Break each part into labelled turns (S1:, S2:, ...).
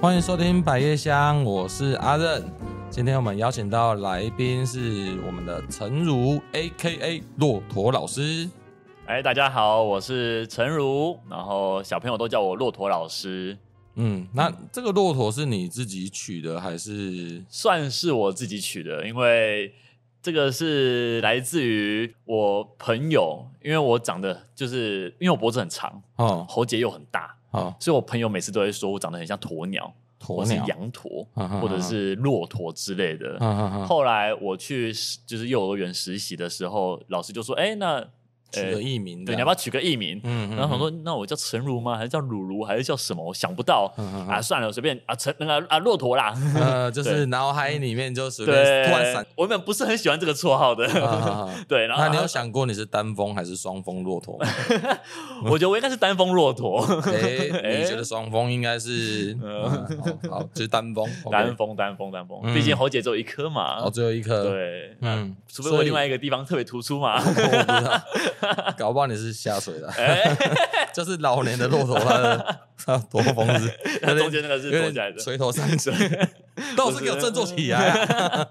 S1: 欢迎收听百叶香，我是阿任。今天我们邀请到来宾是我们的陈如 A K A 骆驼老师。
S2: 哎，大家好，我是陈如，然后小朋友都叫我骆驼老师，
S1: 嗯，那这个骆驼是你自己取的还是？
S2: 算是我自己取的，因为这个是来自于我朋友，因为我长得就是因为我脖子很长，
S1: 哦
S2: 喉结又很大，
S1: 哦，
S2: 所以我朋友每次都会说我长得很像鸵鸟，
S1: 鸵
S2: 我是
S1: 鸟，
S2: 羊驼
S1: 嗯哼
S2: 或者是骆驼之类的。
S1: 嗯嗯嗯，
S2: 后来我去实就是幼儿园实习的时候，老师就说：“哎，那
S1: 取个艺名这
S2: 对，
S1: 样，
S2: 你要不要取个艺名？”
S1: 啊嗯？嗯嗯，
S2: 然后想说，那我叫陈如吗？还是叫汝如？还是叫什么？我想不到
S1: 嗯嗯嗯
S2: 啊，算了，随便啊，陈那个啊，骆 驼啦。
S1: 呃，就是
S2: 对
S1: 脑海里面就随便
S2: 对
S1: 突然闪。，
S2: 我们不是很喜欢这个绰号的。
S1: 啊啊啊
S2: 对，然后
S1: 那你有想过你是单峰还是双峰骆驼吗？
S2: 我觉得我应该是单峰骆 驼，
S1: 哎，
S2: 哎
S1: 你觉得双峰应该是？
S2: 呃
S1: 嗯好，好就是单峰，
S2: 单峰，单峰，单峰
S1: 嗯。
S2: 毕竟喉结只有一颗嘛
S1: 哦，。只有一颗，
S2: 啊对，啊
S1: 嗯，
S2: 除非我
S1: 所
S2: 另
S1: 以
S2: 外一个地方特别突出 嘛。
S1: 我不知道，搞不好你是下水的，
S2: 哎
S1: 就是老年的骆驼，它的它多疯子，
S2: 那中间那个是
S1: 有
S2: 躲起来
S1: 点
S2: 的。
S1: 垂头丧气， 倒是给我振作起来 啊！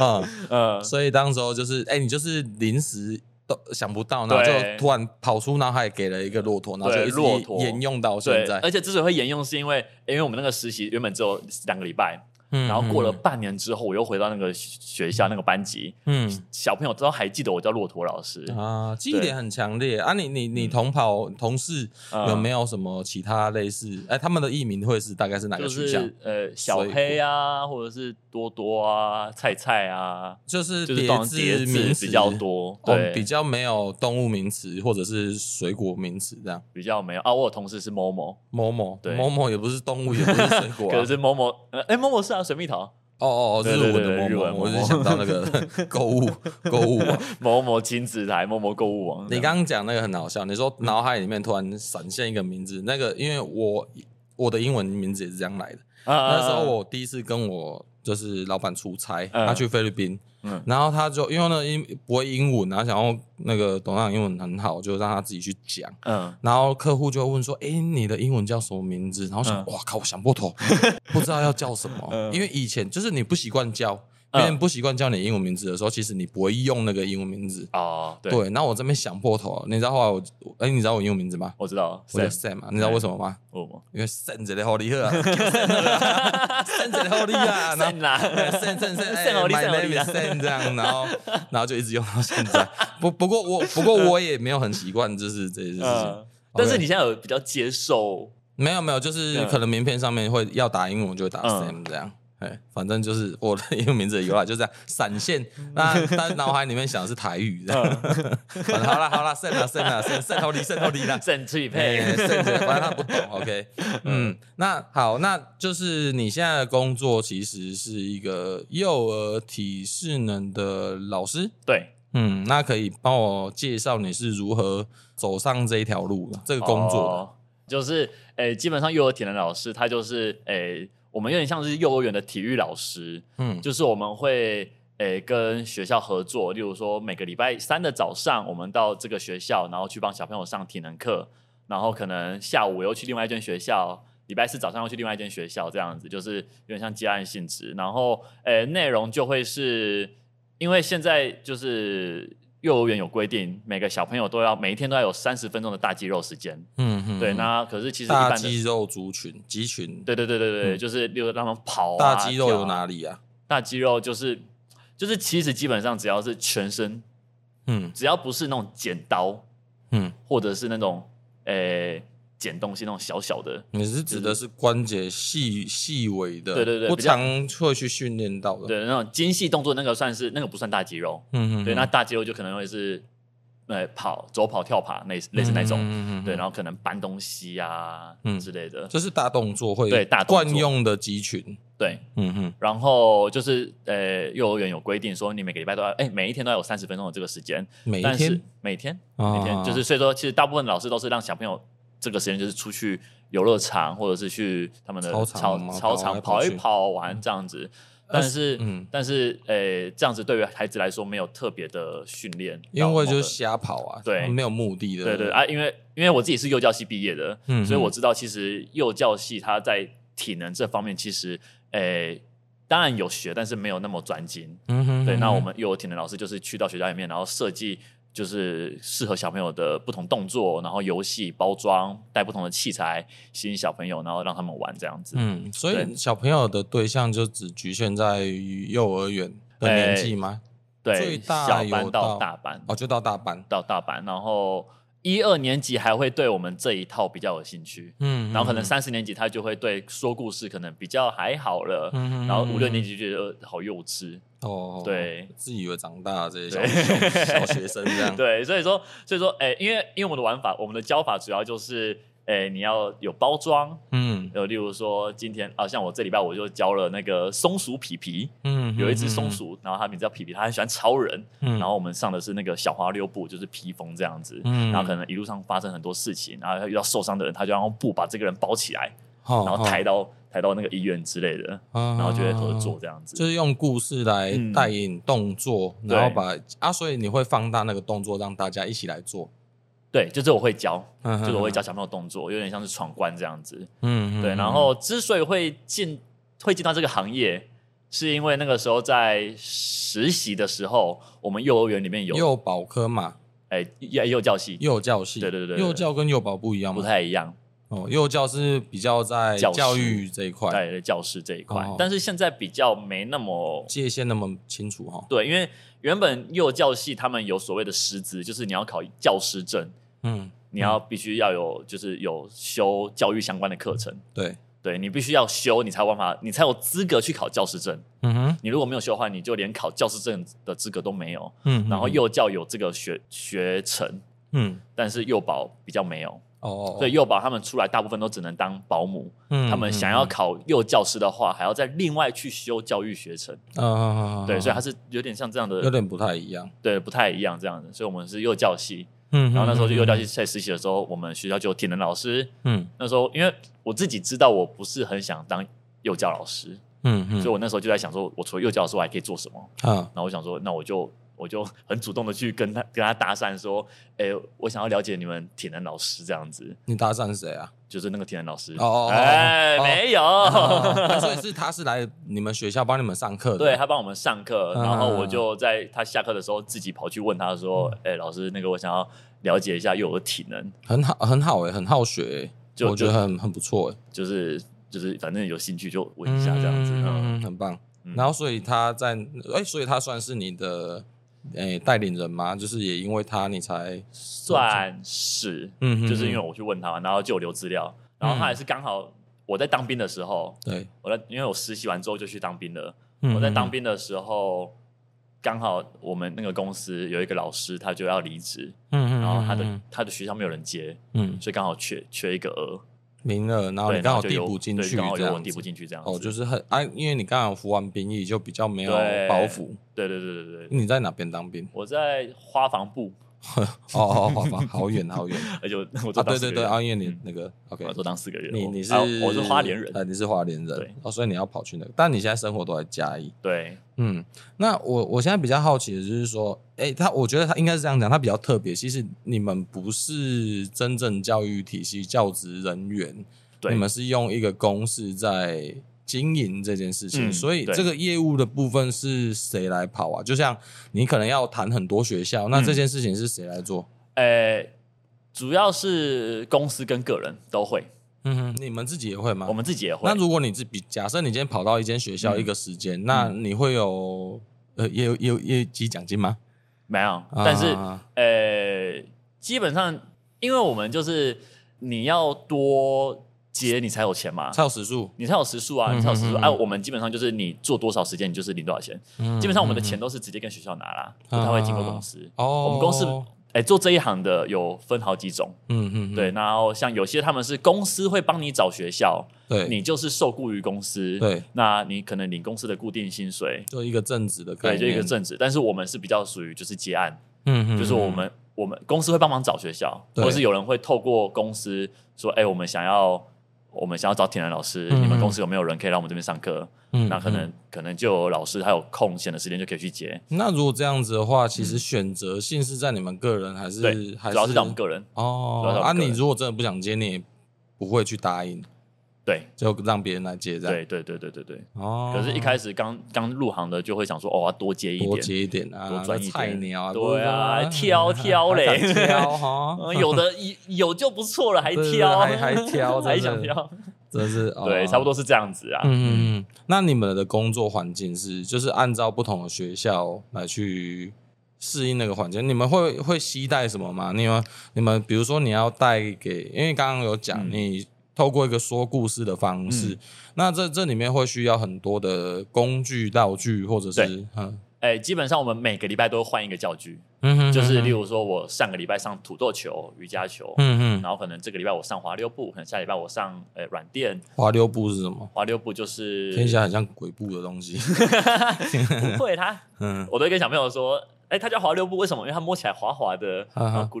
S1: 嗯，
S2: 嗯，
S1: 所以当时候就是，哎，你就是临时。都想不到，然后
S2: 对
S1: 就突然跑出脑海，给了一个骆驼，然后就
S2: 对
S1: 一直
S2: 骆驼
S1: 沿用到现
S2: 对，
S1: 在。
S2: 而且之所以会沿用，是因为因为我们那个实习原本只有两个礼拜，
S1: 嗯
S2: 然后过了，半年之后，我又回到那个学校那个班级，
S1: 嗯
S2: 小朋友都还记得我叫骆驼老师
S1: 嗯，啊，记忆点很强烈啊！你你你
S2: 嗯
S1: 同跑同事有没
S2: 有？
S1: 有什么其他类似？哎，他们的艺名会是大概是哪个
S2: 就
S1: 取向？
S2: 是呃，小黑啊，或者是多多啊，菜菜啊，
S1: 就是
S2: 就是
S1: 叠
S2: 当
S1: 字
S2: 叠
S1: 名
S2: 字
S1: 词
S2: 比较，多，
S1: 哦
S2: 对，，
S1: 比较没有动物名词或者是水果名词这样。
S2: 比较没有啊。我有同事是某某，
S1: 某某
S2: 对
S1: 某某也不是动物，也不是水果、啊
S2: 可，是某某，呃哎，某某是啊，水蜜桃，
S1: 哦哦哦，
S2: 对
S1: 日文
S2: 对对
S1: 的
S2: 日
S1: 某
S2: 文
S1: 某，
S2: 某
S1: 我
S2: 某
S1: 是想到那个 购物购物 网。
S2: 某某亲子台，某某购物网。
S1: 你刚刚讲那个很好笑，你说脑海里面突然闪现一个名字，那个因为我我的英文名字也是这样来的。
S2: 啊啊
S1: 那时候我第一次跟我就是老板出差，
S2: 嗯
S1: 他去菲律宾，
S2: 嗯
S1: 然后他就因为那个英不会英文，然后啊想要那个董事长英文很好，就让他自己去讲。
S2: 嗯，
S1: 然后客户就会问说：“哎，你的英文叫什么名字？”然后想，
S2: 嗯
S1: 哇靠，我想破头， 不知道要叫什么，
S2: 嗯
S1: 因为以前就是你不习惯叫，
S2: 嗯
S1: 别人不习惯叫你英文名字的时候，其实你不会用那个英文名字。
S2: 哦，对，
S1: 对，然后我这边想破头，你知道后来我，哎，你知道我英文名字吗？
S2: 我知道，
S1: 我叫
S2: 是
S1: Sam 啊嘛，你知道为什么吗？
S2: 我
S1: 因为 Sam 这里好 厉害啊 ，Sam 这里好厉害啊，然后
S2: 圣啦，
S1: 圣圣圣哎
S2: 圣好利
S1: ，My
S2: 圣好利
S1: name is 圣这样，然后然后就一直用到现在。不不过我不过我也没有很习惯，就是这些事情。
S2: 嗯，但是
S1: OK
S2: 你现在有比较接受
S1: 没有没有，就是
S2: 嗯
S1: 可能名片上面会要打英文，我就会打
S2: 嗯
S1: Sam 这样。哎，反正就是我的英文名字的由来就这样闪现。
S2: 嗯
S1: 那但脑海里面想的是台语这样。 反正好啦好啦，Sam 啦 Sam 啦 Sam Sam 头离 Sam 头离啦。
S2: 正匹 配
S1: 哎，甚 至反正他不懂，OK，嗯，那好，那就是你现在的工作其实是一个幼儿体适能的老师，
S2: 对
S1: 嗯，那可以帮我介绍你是如何走上这一条路的这个工作的
S2: 哦就是诶、基本上幼儿体能老师他就是诶、我们有点像是幼儿园的体育老师，
S1: 嗯
S2: 就是我们会。诶，跟学校合作，例如说每个礼拜三的早上，我们到这个学校，然后去帮小朋友上体能课，然后可能下午我又去另外一间学校，礼拜四早上又去另外一间学校，这样子就是有点像接案性质。然后，呃，内容就会是因为现在就是幼儿园有规定，每个小朋友都要每一天都要有三十分钟的大肌肉时间。
S1: 嗯嗯，
S2: 对，
S1: 嗯
S2: 那可是其实一
S1: 大
S2: 般的，
S1: 肌肉族群集群，
S2: 对对对对对，
S1: 嗯
S2: 就是例如让他们跑啊，
S1: 大肌肉
S2: 跳
S1: 有
S2: 啊
S1: 哪里啊？
S2: 大肌肉就是就是其实基本上只要是全身，
S1: 嗯
S2: 只要不是那种剪刀
S1: 嗯，
S2: 或者是那种诶、剪东西那种小小的，
S1: 你是指的是关节细细微的，
S2: 对对对
S1: 不
S2: 比较
S1: 常会去训练到的，
S2: 对那种精细动作，那个算是那个不算大肌肉。
S1: 嗯，嗯嗯，
S2: 对，那大肌肉就可能会是呃跑走跑跳爬那类似那种，
S1: 嗯
S2: 对，然后可能搬东西啊、
S1: 嗯
S2: 之类的，
S1: 这是大动作会
S2: 对大动作
S1: 惯用的肌群，
S2: 对。
S1: 嗯哼，
S2: 然后就是呃，幼儿园有规定说你每个礼拜都要，哎，每一天都要有三十分钟的这个时间，
S1: 每
S2: 但
S1: 一
S2: 是
S1: 天，啊
S2: 每天每
S1: 每
S2: 天就是，所以说其实大部分老师都是让小朋友这个时间就是出去游乐场，或者是去他们的
S1: 操场
S2: 操
S1: 嘛
S2: 操
S1: 跑来
S2: 场
S1: 跑
S2: 跑一
S1: 去
S2: 跑玩这样子。但是，
S1: 嗯
S2: 但是，呃，这样子对于孩子来说没有特别的训练，
S1: 因为
S2: 然后
S1: 就是瞎跑啊，
S2: 对
S1: 没有目的的，
S2: 对对啊，因为因为我自己是幼教系毕业的，
S1: 嗯
S2: 所以
S1: 嗯
S2: 我知道其实幼教系它在体能这方面其实，诶、当然有学，但是没有那么专精。
S1: 嗯哼，
S2: 对，
S1: 嗯
S2: 那
S1: 哼
S2: 我们幼儿体能老师就是去到学校里面，然后设计就是适合小朋友的不同动作，然后游戏包装，带不同的器材，吸引小朋友，然后让他们玩这样子。
S1: 嗯，所以
S2: 对
S1: 小朋友的对象就只局限在于幼儿园的年纪吗？
S2: 哎
S1: 最
S2: 对，
S1: 大
S2: 小
S1: 有
S2: 班
S1: 到
S2: 到大班，
S1: 哦，就到大班，
S2: 到大班，然后一二年级还会对我们这一套比较有兴趣。
S1: 嗯，
S2: 然后可能三四年级他就会对说故事可能比较还好了，
S1: 嗯，嗯
S2: 然后五六年
S1: 级
S2: 级就觉得呃好幼稚，
S1: 哦，
S2: 对，
S1: 自以为长大了这些小
S2: 对
S1: 小小学生这样，
S2: 对，所以说所以说，哎、因为因为我们的玩法，我们的教法主要就是，哎、你要有包装，
S1: 嗯
S2: 呃有例如说今天啊，像我这礼拜我就教了那个松鼠皮皮，
S1: 嗯，
S2: 有一只松鼠，然后它名字叫皮皮，它很喜欢超人，
S1: 嗯，嗯
S2: 然后我们上的是那个小滑溜步，就是披风这样子。
S1: 嗯，
S2: 然后可能一路上发生很多事情，然后遇到受伤的人，他就要用布把这个人包起来，
S1: 好
S2: 然后抬，到抬到那个医院之类的。
S1: 好
S2: 然后就会合作
S1: 啊
S2: 这样子。
S1: 哦就是用故事来
S2: 嗯
S1: 带引动作，
S2: 对
S1: 然后把啊，所以你会放大那个动作，让大家一起来做，
S2: 对，就是我会教，
S1: 嗯
S2: 就是我会教，小朋友动作，有点像是闯关这样子。
S1: 嗯，嗯
S2: 对，然后之所以会进会进到这个行业，是因为那个时候在实习的时候，我们幼儿园里面有
S1: 幼保科嘛，
S2: 哎幼幼教系
S1: 幼教系，
S2: 对对对对
S1: 幼教跟幼保不一样
S2: 不
S1: 吗？
S2: 太一样，
S1: 哦，幼教是比较在
S2: 教师
S1: 教育这一块
S2: 在教室这一块
S1: 哦，
S2: 但是现在比较没那么
S1: 界限那么清楚哈、哦。
S2: 对，因为原本幼教系他们有所谓的师资，就是你要考教师证，
S1: 嗯，
S2: 你要必须要有就是有修教育相关的课程。
S1: 对，
S2: 对你必须要修，你才有办法，你才有资格去考教师证。
S1: 嗯哼，
S2: 你如果没有修的话，你就连考教师证的资格都没有。
S1: 嗯
S2: 然后，幼教有这个学学程，
S1: 嗯，
S2: 但是幼保比较没有，
S1: 哦，
S2: 所以幼保他们出来大部分都只能当保姆。
S1: 嗯
S2: 他们想要，考幼教师的话，还要再另外去修教育学程。
S1: 嗯嗯嗯，
S2: 对，所以
S1: 还
S2: 它是有点像这样
S1: 有
S2: 的，
S1: 点不太一样。
S2: 对，不太一样这样子。所以我们是幼教系，
S1: 嗯，
S2: 然后那时候就幼教系，在实习的时候，我们学校就有体能老师。
S1: 嗯
S2: 那时候因为我自己知道我不是很想当幼教老师，
S1: 嗯嗯，
S2: 所以我那时候就在想说，我除了幼教之外还可以做什么？
S1: 啊，
S2: 然后我想说，那我就我就很主动的去跟他跟他搭讪说，哎、我想要了解你们体能老师这样子，
S1: 你搭讪谁啊？
S2: 就是那个体能老师。
S1: 哦哦哦
S2: 哎、
S1: 哦
S2: 没有，
S1: 哦所以是他是来你们学校帮你们上课的，
S2: 对他帮我们上课，
S1: 嗯嗯
S2: 然后我就在他下课的时候自己跑去问他说，哎、老师，那个我想要了解一下幼儿体能，
S1: 很好，很好哎，很好学欸，
S2: 就
S1: 我觉得很很不错哎，
S2: 就是就是反正有兴趣就问一下这样子。嗯
S1: 嗯，很棒。
S2: 嗯
S1: 然后，所以他在，哎，所以他算是你的，哎，带领人吗？就是也因为他，你才，
S2: 算是，
S1: 嗯，
S2: 就是因为
S1: 为
S2: 我去问他嘛，然后就有留资料，然后他也是刚好我在当兵的时候，
S1: 对，
S2: 我在因为我实习完之后就去当兵了，
S1: 我
S2: 我在当兵的时候。刚好我们那个公司有一个老师，他就要离职，
S1: 嗯嗯，
S2: 然后他的、
S1: 嗯
S2: 他的学校没有人接，
S1: 嗯
S2: 所以刚好缺缺一个额，
S1: 名额，然后哦
S2: 对，
S1: 你刚好
S2: 然后就
S1: 递
S2: 有
S1: 补进
S2: 对
S1: 去
S2: 刚好
S1: 这
S2: 有我
S1: 样
S2: 递补
S1: 子。
S2: 进去这样子。
S1: 哦，就是很啊，因为你刚好服完兵役，就比较没有
S2: 对
S1: 包袱。
S2: 对对对对对，
S1: 你在哪边当兵？
S2: 我在花房部，
S1: 哦哦，好吧，好远好远
S2: 而且我我
S1: 啊！
S2: 做当
S1: 对
S2: 四
S1: 对
S2: 个
S1: 对，
S2: 月
S1: 啊，因为你
S2: 嗯
S1: 那个 OK，
S2: 我做当四个月，
S1: 你
S2: 我
S1: 你是
S2: 啊我是花莲人，
S1: 呃，你是花莲人
S2: 对
S1: 哦，所以你要跑去那个，但你现在生活都在嘉义。
S2: 对，
S1: 嗯，那我我现在比较好奇的就是说，哎，他我觉得他应该是这样讲，他比较特别。其实你们不是真正教育体系教职人员，
S2: 对
S1: 你们是用一个公式在经营这件事情，
S2: 嗯
S1: 所以
S2: 对
S1: 这个业务的部分是谁来跑啊？就像你可能要谈很多学校，那
S2: 嗯
S1: 这件事情是谁来做？
S2: 呃，主要是公司跟个人都会，
S1: 嗯哼，你们自己也会吗
S2: 我？们自己也会
S1: 那。如果你自己假设你今天跑到一间学校
S2: 嗯
S1: 一个时间，那你会有呃也有也有业绩奖金吗？
S2: 没有，但是、
S1: 啊
S2: 呃，基本上，因为我们就是你要多接，你才有钱嘛。
S1: 才有时数，
S2: 你才有时数啊，
S1: 嗯
S2: 你才有时数
S1: 嗯嗯
S2: 啊！
S1: 嗯
S2: 我们基本上就是你做多少时间，你就是领多少钱。
S1: 嗯
S2: 基本上我们的钱都是直接跟学校拿啦，
S1: 嗯
S2: 不太会经过公司。
S1: 哦，
S2: 我们公司哎，做这一行的有分好几种，
S1: 嗯嗯，嗯
S2: 对。然后像有些他们是公司会帮你找学校，
S1: 对，
S2: 你就是受雇于公司，
S1: 对，
S2: 那你可能领公司的固定薪水，
S1: 就一个正职的概
S2: 对，
S1: 念，
S2: 就一个正职。但是我们是比较属于就是接案，
S1: 嗯，嗯嗯，
S2: 就是我们我们公司会帮忙找学校，
S1: 对
S2: 或者是有人会透过公司说，哎，我们想要我们想要找体能老师，
S1: 嗯
S2: 你们公司有没有人可以来我们这边上课？
S1: 嗯，
S2: 那可
S1: 嗯
S2: 能可能就有老师他有空闲的时间就可以去接，
S1: 那如果这样子的话，其实选择性是在你们个人还
S2: 嗯对，
S1: 是还
S2: 主要是在我们个人，主要是
S1: 哦
S2: 我们
S1: 啊？
S2: 个人
S1: 你如果真的不想接，你也不会去答应，
S2: 对
S1: 就让别人来接这样。
S2: 对对对对对对。
S1: 哦，
S2: 可是，一开始刚刚入行的就会想说，哦，我要多接一
S1: 多
S2: 点，
S1: 接一点啊，
S2: 多赚一点
S1: 菜鸟啊，
S2: 对
S1: 不
S2: 啊
S1: 然
S2: 挑挑嘞
S1: 还敢挑哈，
S2: 嗯有的有有就不错了，还
S1: 对对对
S2: 挑，
S1: 还还挑
S2: 还
S1: 真的
S2: 想挑，
S1: 真是哦
S2: 对，差不多是这样子啊。
S1: 嗯嗯嗯，那你们的工作环境是就是按照不同的学校来去适应那个环境？你们会会携带什么吗？你们你们比如说你要带给，因为刚刚有讲、
S2: 嗯
S1: 你透过一个说故事的方式，那这这里面会需要很多的工具道具或者是嗯
S2: 哎、基本上我们每个礼拜都会换一个教具，
S1: 嗯
S2: 就是例如说我上个礼拜上土豆球、瑜伽球，
S1: 嗯嗯，
S2: 然后可能这个礼拜我上滑溜步，可能下礼拜我上呃软垫。
S1: 滑溜步是什么？
S2: 滑溜步就是
S1: 听起来很像鬼步的 东西，
S2: 不会他，
S1: 嗯。
S2: 我都会跟小朋友说，哎、它叫滑溜步，为什么？因为它摸起来滑滑的，然后
S1: 啊
S2: 咕
S1: 哦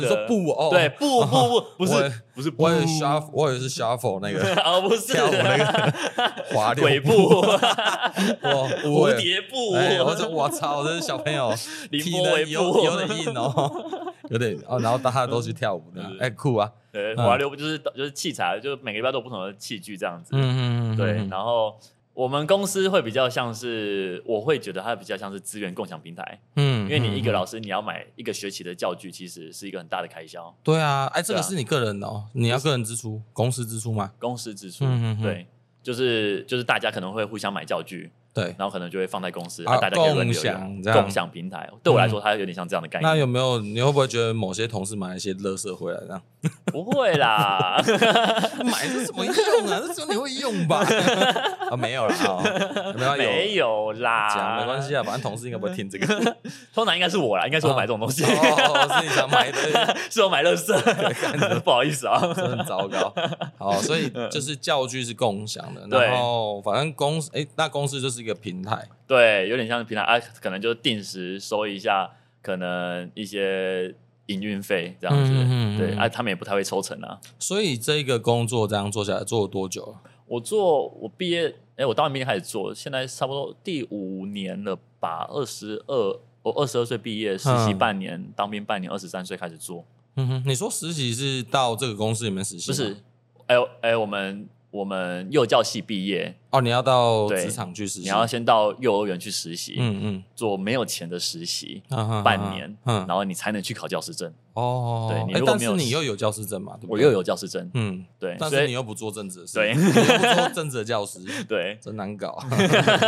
S1: 哦，
S2: 咕溜
S1: 你
S2: 的。
S1: 说不哦，
S2: 对，，不不不，不
S1: 我
S2: 是
S1: 也
S2: 不是，
S1: 我也
S2: 不
S1: shuffle，我也是 shuffle 那个
S2: 啊，不是
S1: 跳舞 那个滑溜
S2: 鬼步、
S1: 哦，
S2: 蝴蝶步
S1: 哎， 我说我操，这是小朋友
S2: 凌
S1: 踢
S2: 波
S1: 得
S2: 微步
S1: 有有点硬哦，有点哦，然后大家都去跳舞的
S2: 对，
S1: 哎，酷啊，
S2: 对，
S1: 嗯
S2: 滑溜步就是就是器材，就是每个礼拜都有不同的器具这样子。
S1: 嗯嗯
S2: 对，然后我们公司会比较像是，我会觉得它比较像是资源共享平台，
S1: 嗯
S2: 因为你一个老师你要买一个学期的教具，其实是一个很大的开销，
S1: 对啊，哎，这个
S2: 对啊
S1: 是你个人的哦，你要个人支出，公司支出吗？
S2: 公司支出。
S1: 嗯嗯嗯
S2: 对，就是就是大家可能会互相买教具，
S1: 对，
S2: 然后可能就会放在公司，
S1: 啊
S2: 啊、大家可以轮
S1: 共
S2: 流
S1: 享
S2: 用
S1: 这样嗯
S2: 共享平台。对我来说，它有点像这样的概
S1: 那
S2: 念，
S1: 有没有你会不会觉得某些同事买一些垃圾回来这样？
S2: 不会 啦。
S1: 买这什么用啊？这只有你会用 吧？啊，没有啦，哦没有有。
S2: 没有啦，
S1: 讲没关系。啊，反正同事应该不会听这个。哦，
S2: 通常应该是我啦，应该是我买这种东西，
S1: 是你想买的，
S2: 是我买乐色， 不好意思啊。
S1: 真的很糟糕。好，所以就是教具是共享的，
S2: 对
S1: 然后反正公司，哎、那公司就是一个平台，
S2: 对，有点像平常啊，可能就定时收一下，可能一些营运费这样子。
S1: 嗯嗯嗯嗯
S2: 对
S1: 嗯
S2: 啊，他们也不太会抽成啊。
S1: 所以这个工作这样做下来做了多久了？
S2: 我做我毕业，哎，我当完兵开始做，现在差不多第五年了吧，二十二，我二十二岁毕业，实习
S1: 嗯
S2: 半年，当兵半年，二十三岁开始做，
S1: 嗯哼，你说实习是到这个公司里面实习
S2: 不
S1: 吗？
S2: 是？哎哎，我们我们幼教系毕业，
S1: 哦，你要到
S2: 对
S1: 职场去实习，
S2: 你要先到幼儿园去实习，
S1: 嗯嗯
S2: 做没有钱的实习。
S1: 啊哈，
S2: 半年，
S1: 嗯，
S2: 然后你才能去考教师证。
S1: 哦，
S2: 对你
S1: 哎
S2: 如果
S1: 但
S2: 没
S1: 是
S2: 有
S1: 你又有教师证嘛？对不
S2: 我
S1: 对
S2: 又，有教师证，
S1: 嗯，
S2: 对，
S1: 但
S2: 所
S1: 是
S2: 以
S1: 你又不做政治的事，
S2: 对
S1: 你又不做政治的教 师，
S2: 对，
S1: 真难搞。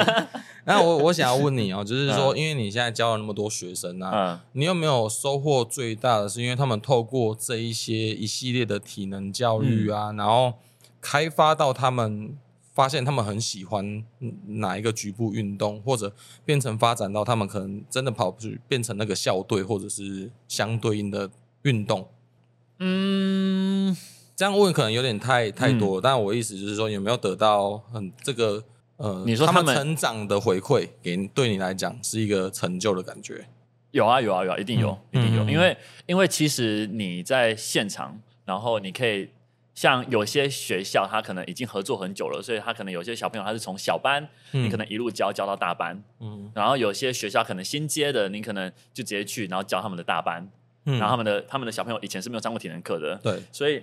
S1: 那我我想要问你哦，就是说，因为你现在教了那么多学生啊，
S2: 嗯，
S1: 你有没有收获最大的是，因为他们透过这一些一系列的体能教育啊，然后开发到他们发现他们很喜欢哪一个局部运动，或者变成发展到他们可能真的跑去变成那个校队或者是相对应的运动。
S2: 嗯，
S1: 这样问可能有点太太多，但我意思就是说，有没有得到很这个呃，
S2: 你说
S1: 他
S2: 他们
S1: 成长的回馈，给你对你来讲是一个成就的感觉？
S2: 有啊，有啊，有啊，一定有，
S1: 嗯
S2: 一定有，
S1: 嗯
S2: 因为因为其实你在现场，然后你可以像有些学校，他可能已经合作很久了，所以他可能有些小朋友他是从小班，
S1: 嗯
S2: 你可能一路教教到大班，
S1: 嗯
S2: 然后有些学校可能新接的，你可能就直接去，然后教他们的大班，
S1: 嗯
S2: 然后他们的他们的小朋友以前是没有上过体能课的，
S1: 对，
S2: 所以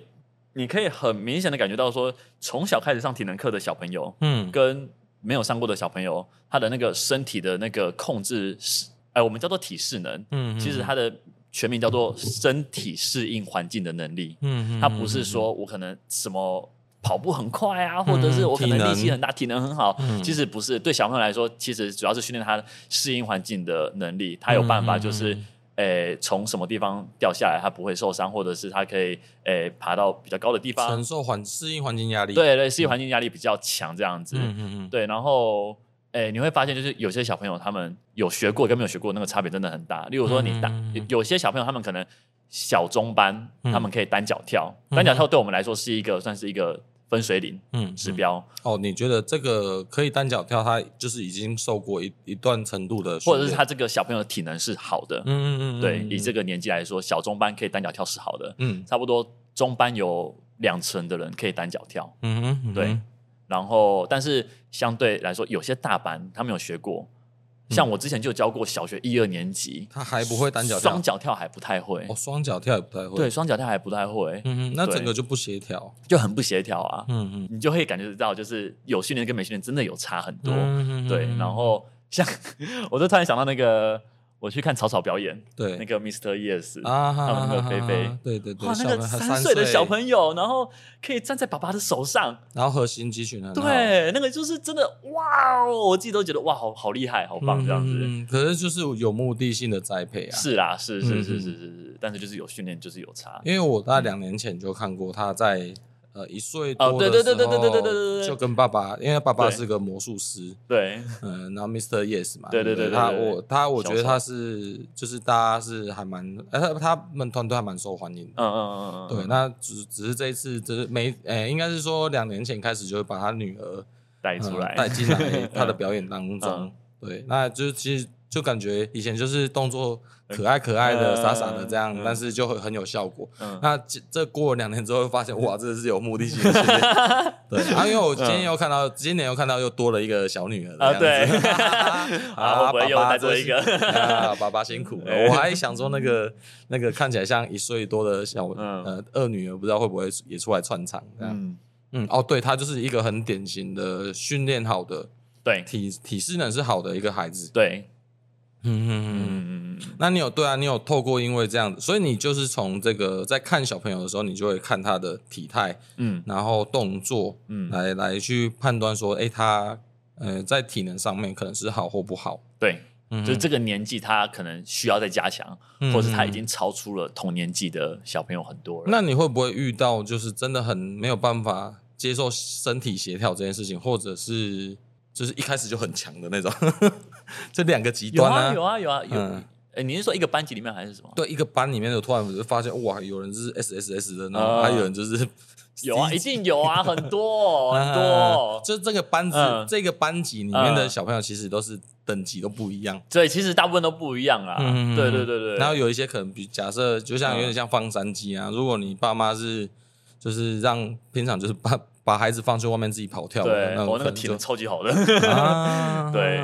S2: 你可以很明显的感觉到说，从小开始上体能课的小朋友，
S1: 嗯
S2: 跟没有上过的小朋友，他的那个身体的那个控制是，哎，我们叫做体适能，
S1: 嗯
S2: 其实它的全名叫做身体适应环境的能力。
S1: 嗯
S2: 它不是说我可能什么跑步很快啊，或者是我可
S1: 嗯
S2: 能
S1: 体能
S2: 力气很大、体能很好
S1: 嗯，
S2: 其实不是。对小朋友来说，其实主要是训练他适应环境的能力，他有办法就是
S1: 嗯。
S2: 诶，从什么地方掉下来，他不会受伤，或者是他可以诶爬到比较高的地方
S1: 承，受环适应环境压力。，嗯
S2: 对对，适应环境压力比较强这样子。
S1: 嗯嗯嗯，
S2: 对，然后哎、你会发现就是有些小朋友他们有学过跟没有学过那个差别真的很大。例如说你打、
S1: 嗯
S2: 有有些小朋友他们可能小中班、
S1: 嗯
S2: 他们可以单脚跳，
S1: 嗯
S2: 单脚跳对我们来说是一个算是一个分水岭
S1: 嗯，
S2: 指
S1: 嗯
S2: 标，
S1: 哦，你觉得这个可以单脚跳，他就是已经受过一一段程度的训
S2: 或
S1: 练，
S2: 者是他这个小朋友的体能是好的。
S1: 嗯，嗯嗯嗯，
S2: 对，
S1: 嗯
S2: 以这，个年纪来说，小中班可以单脚跳是好的，
S1: 嗯
S2: 差不多中班有两成的人可以单脚跳。
S1: 嗯嗯嗯，
S2: 对然后，但是相对来说，有些大班他没有学过，
S1: 嗯
S2: 像我之前就教过小学一二年级，
S1: 他还不会单脚跳，
S2: 双脚跳还不太会
S1: 哦，，双脚跳也不太会，
S2: 对，，双脚跳还不太会，
S1: 嗯嗯，那
S2: 对
S1: 整个就不协调，
S2: 就很不协调啊。
S1: 嗯嗯，
S2: 你就会感觉得到，就是有训练跟没训练真的有差很多。
S1: 嗯嗯嗯
S2: 对，
S1: 嗯
S2: 然后像 我就突然想到那个，我去看草草表演，
S1: 对
S2: 那个 Mr. Yes
S1: 啊，哈
S2: 他们那个菲菲
S1: 哈对对对，
S2: 哇，那个
S1: 小朋友
S2: 三岁的小
S1: 友，
S2: 朋友，然后可以站在爸爸的手上，
S1: 然后核心肌群很嗯好，
S2: 对，那个就是真的哇哦，我自己都觉得哇，好好厉害，好棒这样子。
S1: 嗯，嗯嗯可是就是有目的性的栽培啊，
S2: 是啦，是是是
S1: 嗯嗯
S2: 是是是，但是就是有训练就是有差。
S1: 因为我大概两年前就看过他在呃一岁
S2: 哦
S1: 多
S2: 对
S1: 的
S2: 对
S1: 时
S2: 对
S1: 候，
S2: 对对对对对对对
S1: 就跟爸爸，因为爸爸
S2: 对
S1: 是个魔术师，
S2: 对，
S1: 嗯，然后 Mr. Yes 嘛，
S2: 对对
S1: 对
S2: 对对
S1: 他
S2: 对对
S1: 我他我
S2: 小
S1: 觉得
S2: 丑
S1: 他是就是大家是还蛮，呃他他们团队还蛮受欢迎的。
S2: 嗯嗯嗯嗯，
S1: 对，
S2: 嗯，
S1: 那只只是这一次，只是没，呃、应该是说两年前开始就把他女儿
S2: 带出来
S1: 呃带进来他的表演当中
S2: 嗯。
S1: 对，那就其实就感觉以前就是动作可爱可爱的、
S2: 嗯
S1: 傻傻的这样
S2: 嗯，
S1: 但是就很很有效果。
S2: 嗯
S1: 那这这过了两年之后，发现哇，这是有目的性的训 练。对，啊，因为我今天又看到，今年又看到又多了一个小女儿，
S2: 嗯啊对 啊会不会又
S1: 爸爸
S2: 带多一个
S1: 真是 啊，爸爸辛 苦了。我还想说那个那个看起来像一岁多的小
S2: 嗯
S1: 呃二女儿，不知道会不会也出来串场这样。
S2: 嗯，
S1: 嗯，哦，对，她就是一个很典型的训练好的
S2: 对
S1: 体体适能是好的一个孩子。
S2: 对，
S1: 嗯嗯嗯嗯。
S2: 嗯嗯嗯，
S1: 那你有对啊，你有透过因为这样子，所以你就是从这个在看小朋友的时候，你就会看他的体态，
S2: 嗯
S1: 然后动作，
S2: 嗯嗯，
S1: 来来去判断说，哎、他呃在体能上面可能是好或不好，
S2: 对，
S1: 嗯
S2: 就是这个年纪他可能需要再加强，
S1: 嗯
S2: 或者是他已经超出了同年纪的小朋友很多了。
S1: 那你会不会遇到就是真的很没有办法接受身体协调这件事情，或者是就是一开始就很强的那种， 这两个极
S2: 有
S1: 端
S2: 啊有啊有啊有
S1: 嗯，
S2: 哎，你是说一个班级里面还是什么？
S1: 对，一个班里面的突然就发现，哇，有人就是 S S S 的，然后
S2: 啊
S1: 还有人就是
S2: 有啊，一定有 啊，很多
S1: 啊
S2: 很多。
S1: 就这个班子、
S2: 嗯
S1: 这个班级里面的
S2: 嗯
S1: 小朋友，其实都是等级都不一样。
S2: 对，其实大部分都不一样啦。
S1: 嗯
S2: 对对对嗯对，
S1: 然后有一些可能比假设，就像有点像放山鸡啊，如果你爸妈是就是让平常就是把 把孩子放去外面自己跑跳的，
S2: 对
S1: 那
S2: 我
S1: 我可
S2: 那个
S1: 能
S2: 体
S1: 就
S2: 能超级好的，
S1: 啊，
S2: 对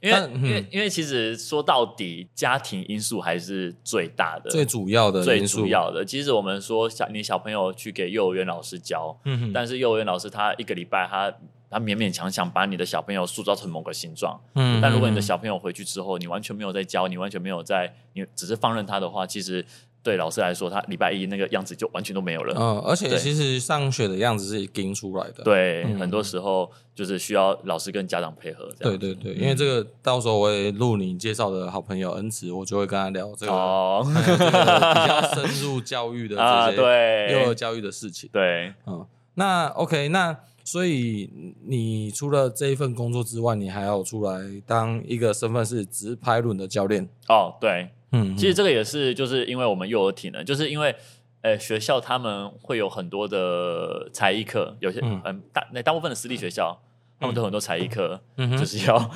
S2: 因为
S1: 但
S2: 因为
S1: 嗯
S2: 因为其实说到底，家庭因素还是最大的，
S1: 最主要的
S2: 最
S1: 因素
S2: 主，要的。其实我们说小你小朋友去给幼儿园老师教，
S1: 嗯哼，
S2: 但是幼儿园老师他一个礼拜他他勉勉强强把你的小朋友塑造成某个形状，
S1: 嗯
S2: 但如果你的小朋友回去之后，你完全没有在教，你完全没有在，你只是放任他的话，其实对老师来说，他礼拜一那个样子就完全都没有了。
S1: 嗯，而且
S2: 对
S1: 其实上学的样子是盯出来的，
S2: 对，
S1: 嗯
S2: 很多时候就是需要老师跟家长配合。这样
S1: 对对对，因为这个到时候我也录你介绍的好朋友恩慈，我就会跟他聊这个
S2: 哦，
S1: 哎 这个比较深入教育的
S2: 啊，
S1: 这些幼儿
S2: 对，
S1: 教育的事情。
S2: 对，
S1: 嗯，那 OK，那所以你除了这一份工作之外，你还有出来当一个身份是直拍轮的教练。
S2: 哦，对，
S1: 嗯
S2: 其实这个也是，就是因为我们幼儿体能，就是因为。呃，学校他们会有很多的才艺课，有些
S1: 嗯
S2: 嗯大那大部分的私立学校，他们都有很多才艺课，
S1: 嗯
S2: 就
S1: 哼，
S2: 是要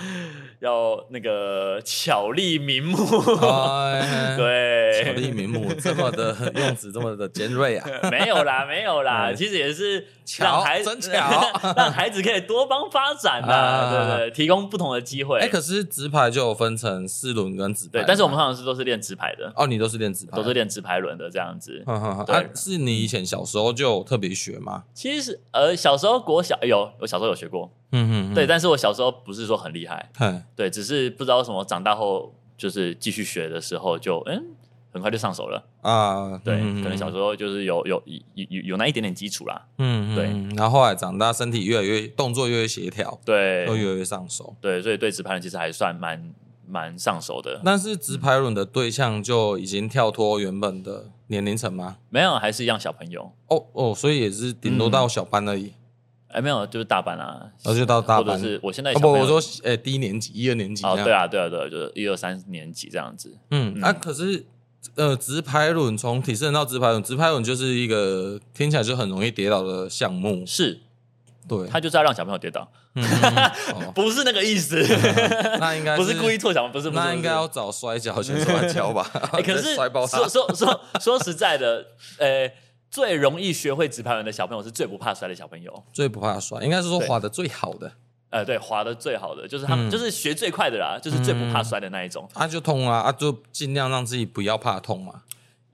S2: 要那个巧立名 目，
S1: 哎
S2: 对，
S1: 巧立名目，这么的用词这么的尖锐啊！
S2: 没有啦，没有啦，
S1: 嗯
S2: 其实也是
S1: 巧
S2: 让孩子
S1: 真巧
S2: 让孩子可以多方发展啦，
S1: 啊
S2: 对对对，提供不同的机会
S1: 哎，。可哎是直排就有分成四轮跟直排
S2: 对
S1: 嘛，，
S2: 但是我们通常是都是练直排的，
S1: 哦，你都是练直排，
S2: 都是。练直排轮的这样子。
S1: 哼哼哼，
S2: 对
S1: 啊，是你以前小时候就有特别学吗？
S2: 其实呃，小时候国小有，我小时候有学过，
S1: 嗯嗯，
S2: 对，，但是我小时候不是说很厉害，
S1: 嘿，
S2: 对，只是不知道为什么长大后就是继续学的时候就嗯。很快就上手了，
S1: 啊，
S2: 对，
S1: 嗯
S2: 可能小时候就是有有有有有那一点点基础啦，
S1: 嗯，
S2: 对
S1: 嗯，嗯然后后来长大，身体越来越动作越来越协调，
S2: 对，
S1: 都越来越上手。
S2: 对，所以对直排轮其实还算蛮蛮上手的。
S1: 但是直排轮的对象就已经跳脱原本的年龄层吗？
S2: 啊没有，还是一样小朋友。嗯
S1: 哦哦，所以也是顶多到小班而已。
S2: 哎，没有，就是大班啊，
S1: 而且哦到大
S2: 或者
S1: 班，
S2: 是我现在
S1: 啊
S2: 小
S1: 不，
S2: 朋友
S1: 我说呃低年级、一二年级
S2: 哦，
S1: 那
S2: 对
S1: 样。
S2: 啊，对啊，对啊，就是一二三年级这样子，
S1: 嗯，那可是呃直排轮从体式人到直排轮，直排轮就是一个听起来就很容易跌倒的项目，
S2: 是
S1: 对。
S2: 他就是要让小朋友跌倒，
S1: 嗯嗯嗯 哦
S2: 不是那个意思，
S1: 那应该
S2: 不是故意错想，不是，不是
S1: 那应该。
S2: 不
S1: 要
S2: 是
S1: 找摔 跤选手来教吧
S2: 哎，？可是
S1: 摔爆他
S2: 说说说说实在的，呃，最容易学会直排轮的小朋友是最不怕摔的小朋友。
S1: 最不怕摔，应该是说
S2: 对
S1: 滑的最好的，
S2: 呃，对，滑的最好的就是他们，
S1: 嗯
S2: 就是学最快的啦，就是最不怕摔的那一种。
S1: 啊就痛啊啊就尽量让自己不要怕痛嘛。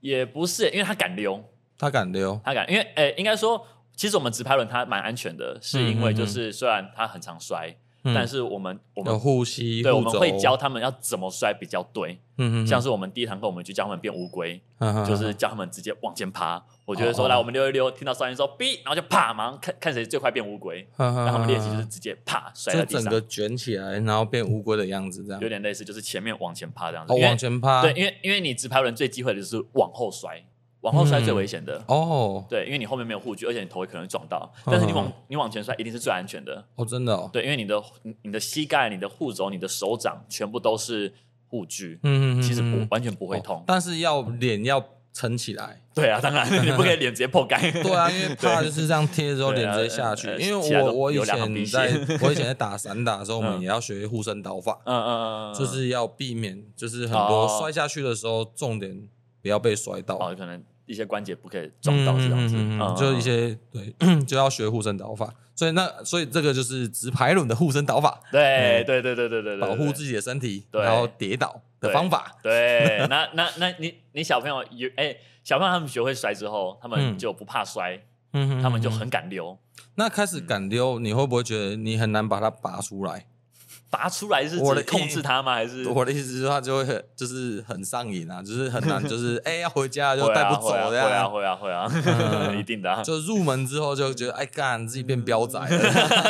S2: 也不是，因为他敢溜，
S1: 他敢溜，
S2: 他敢，因为呃，应该说，其实我们直排轮它蛮安全的，是因为
S1: 嗯嗯嗯
S2: 就是虽然它很常摔，
S1: 嗯
S2: 但是我们我
S1: 有
S2: 们
S1: 呼吸，
S2: 对我
S1: 护
S2: 们
S1: 肘
S2: 会教，他们要怎么摔比较对。
S1: 哦嗯
S2: 像是我们第一堂课，我们就教他们变乌龟，
S1: 嗯
S2: 就是教他们直接往前爬。我就会
S1: 哦
S2: 说，
S1: 哦
S2: 来，我们溜一溜，听到声音说“哔”，然后就啪，马上看看谁最快变乌龟。
S1: 让
S2: 让他们练习就是直接啪摔
S1: 嗯
S2: 在
S1: 就
S2: 地
S1: 整
S2: 上，
S1: 个卷起来，然后变乌龟的样子这样
S2: 有。点类似就是前面往前趴这样子。
S1: 哦，
S2: 因为
S1: 往前趴，
S2: 对，，因为因为你直排轮最忌讳的就是往后摔，往后摔最危险的。
S1: 嗯哦，嗯
S2: 对，因为你后面没有护具，而且你头也可能会撞到。但是你往你往前摔一定是最安全的。
S1: 哦，真的哦，
S2: 对，因为你的你你的膝盖、你的护肘、你的手掌全部都是护具，
S1: 嗯嗯嗯，
S2: 其实
S1: 嗯
S2: 不
S1: 嗯
S2: 完全不会痛
S1: 哦。但是要脸要撑起来，
S2: 对啊，当然 你不可以脸直接破开。
S1: 对啊，因为怕就是这样贴着之后
S2: 对
S1: 脸
S2: 啊
S1: 直接下去
S2: 呃，呃
S1: 因
S2: 其他
S1: 为
S2: 都
S1: 我我以
S2: 流两行鼻
S1: 前
S2: 血
S1: 在我以前在打散打的时候，我
S2: 嗯
S1: 们也要学护身导法，
S2: 嗯嗯嗯，
S1: 就是要避免就是很多
S2: 哦
S1: 摔下去的时候，重点不要被摔到。
S2: 哦，可能一些关节不可以撞到这样子，
S1: 嗯嗯嗯嗯
S2: 嗯
S1: 嗯就是一些对，就要学护身导法。所以那所以这个就是直排轮的护身导法，
S2: 对
S1: 嗯
S2: 对对对对对对，
S1: 保护
S2: 对
S1: 自己的身体，
S2: 对
S1: 然后跌倒的方法。
S2: 对，那那那你你小朋友有哎、小朋友他们学会摔之后，他们
S1: 嗯
S2: 就不怕摔，
S1: 嗯哼
S2: 他们就
S1: 嗯
S2: 很敢溜。
S1: 哼那开始敢溜，你会不会觉得你很难把它拔出来？
S2: 拔出来是
S1: 我
S2: 指
S1: 的
S2: 控制他吗？还是啊
S1: 我的意思是，他就会很就是很上瘾啊，就是很难，就是 哎、要回家就
S2: 会
S1: 带
S2: 啊
S1: 不走
S2: 会啊
S1: 这
S2: 会啊
S1: 样。
S2: 会啊会啊，
S1: 嗯
S2: 一定的啊、
S1: 就入门之后就觉得哎干，自己变彪仔了，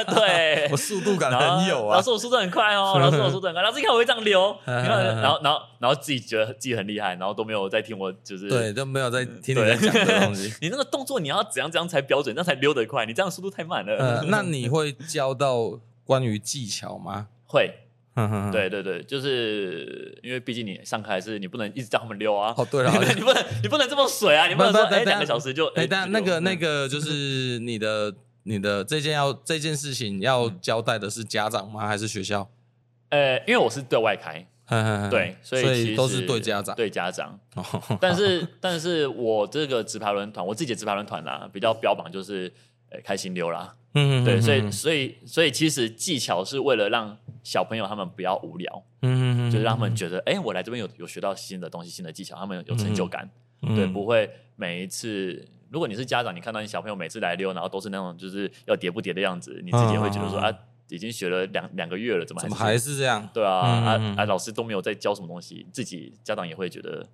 S2: 对
S1: 我。速度感
S2: 嗯 然后
S1: 很有
S2: 老
S1: 啊
S2: 师。我速度很快哦，老师我速度很快，老师你看我会这样溜，
S1: 嗯
S2: 你看我
S1: 嗯嗯
S2: 然后然后然后自己觉得自己很厉害，然后都没有在听我就是
S1: 对，都没有在听你
S2: 嗯对
S1: 在讲的东 西。
S2: 你那个动作你要怎样怎样才标准，这样才溜得快，你这样速度太慢了。嗯
S1: 呃，那你会教到关于技巧吗？
S2: 会
S1: 哼哼哼，
S2: 对对对，就是因为毕竟你上课还是你不能一直叫他们溜啊，
S1: 哦对了，好像
S2: 你不能你不能这么水啊，你不能说
S1: 不不
S2: 哎
S1: 等
S2: 两个小时就
S1: 哎，
S2: 哎
S1: 但
S2: 就
S1: 那个
S2: 溜
S1: 那个就是你的你的这件要这件事情要
S2: 嗯
S1: 交代的是家长吗？还是学校？
S2: 呃，因为我是对外开，
S1: 哼哼哼
S2: 对，所以
S1: 嗯所
S2: 其
S1: 以都
S2: 实
S1: 是对家 长。
S2: 对家长。但是但是我这个直排轮团，我自己的直排轮团啦，比较标榜就是呃开心溜啦，
S1: 嗯，
S2: 对，所以
S1: 嗯
S2: 所以所以其实技巧是为了让小朋友他们不要无聊，
S1: 嗯
S2: 就是让他们觉得哎、我来这边有有学到新的东西、新的技巧，他们有有成就感。
S1: 嗯
S2: 对，不会每一次。如果你是家长，你看到你小朋友每次来溜，然后都是那种就是要叠不叠的样子，你自己也会觉得说
S1: 嗯嗯嗯
S2: 啊，已经学了两两个月了，怎么还
S1: 怎
S2: 是
S1: 么还是这样？
S2: 对啊
S1: 嗯
S2: 啊
S1: 嗯嗯
S2: 啊！老师都没有在教什么东西，自己家长也会觉得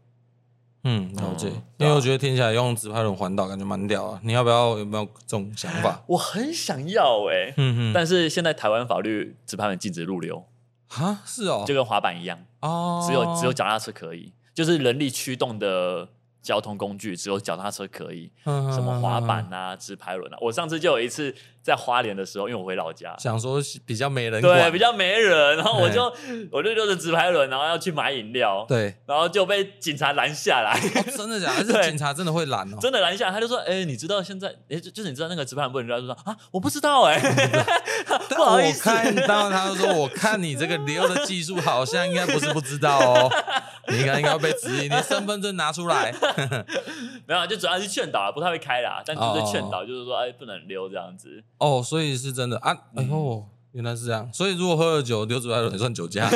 S1: 嗯，了解
S2: 嗯。
S1: 因
S2: 对啊？
S1: 为我觉得听起来用直拍轮环岛感觉蛮屌啊，你要不要有没有这种想法
S2: 我很想要哎、
S1: 嗯嗯，
S2: 但是现在台湾法律只判人禁止入流，
S1: 啊是哦
S2: 就，跟滑板一样，
S1: 哦，
S2: 只有只有脚踏车可以，就是人力驱动的交通工具，只有脚踏车可以。
S1: 什
S2: 什么
S1: 嗯
S2: 滑板啊、直排轮啊，我上次就有一次在花莲的时候，因为我回老家，
S1: 想说是比较没人
S2: 啊对，
S1: 管，
S2: 比较没人，然后我就我就溜着直排轮，然后要去买饮料，
S1: 对，
S2: 然后就被警察拦下来，
S1: 哦真的假的？
S2: 对
S1: 是警察真的会懒哦，
S2: 真的拦下来，他就说：“哎、你知道现在，哎、就就是你知道那个直排轮不能溜，他就说啊，我不知道哎、
S1: 但
S2: 不好意
S1: 我
S2: 思
S1: 看到他就说，我看你这个溜的技术好像应该不是不知道哦，你应该应该会被指引，你身份证拿出来，
S2: 没有，就主要是劝导啊，不太会开啦，但就是劝导，就是说哎、不能溜这样子，
S1: 哦，所以是真的啊！哎呦，原来是这样。所以如果喝了酒，留指拍轮也算酒 驾，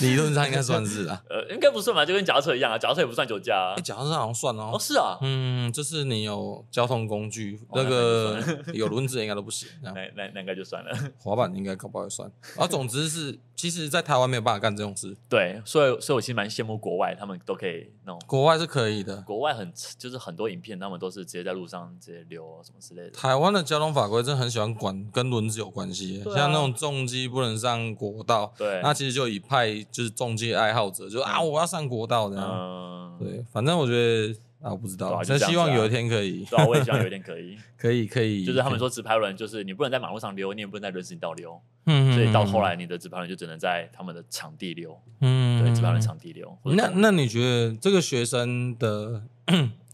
S1: 理论上应该算是啊啦。
S2: 呃，应该不算吧，就跟脚踏车一样啊，脚踏车也不算酒驾啊
S1: 哎、，脚踏车好像算
S2: 哦，
S1: 哦。
S2: 是啊，
S1: 嗯，就是你有交通工具，
S2: 哦
S1: 那个 有轮子应该都不行。这样
S2: 那那那应该就算了，
S1: 滑板应该搞不好也算。啊，总之是，其实，在台湾没有办法干这种事，
S2: 对，所以所以我其实蛮羡慕国外，他们都可以那种。”
S1: 国外是可以的。
S2: 国外很就是很多影片，他们都是直接在路上直接溜啊什么之类的。
S1: 台湾的交通法规真的很喜欢管跟轮子有关系耶，
S2: 对啊
S1: 像那种重机不能上国道，
S2: 对，
S1: 那其实就一派就是重机爱好者，就啊
S2: 嗯
S1: 我要上国道这样。
S2: 嗯，
S1: 对，反正我觉得啊，我不知
S2: 对啊
S1: 道，
S2: 就
S1: 真
S2: 这样
S1: 希
S2: 子
S1: 望
S2: 啊
S1: 有一天可以，
S2: 对啊，我也希望有一天 可以，
S1: 可以，可以，
S2: 就是他们说直排轮，就是你不能在马路上溜，你也不能在人行道溜，
S1: 嗯，嗯，
S2: 所以到
S1: 嗯
S2: 后，来你的直排轮就只能在他们的场地溜，
S1: 嗯，
S2: 对，直排轮
S1: 嗯
S2: 场地溜。或者
S1: 那
S2: 公园
S1: 那你觉得这个学生的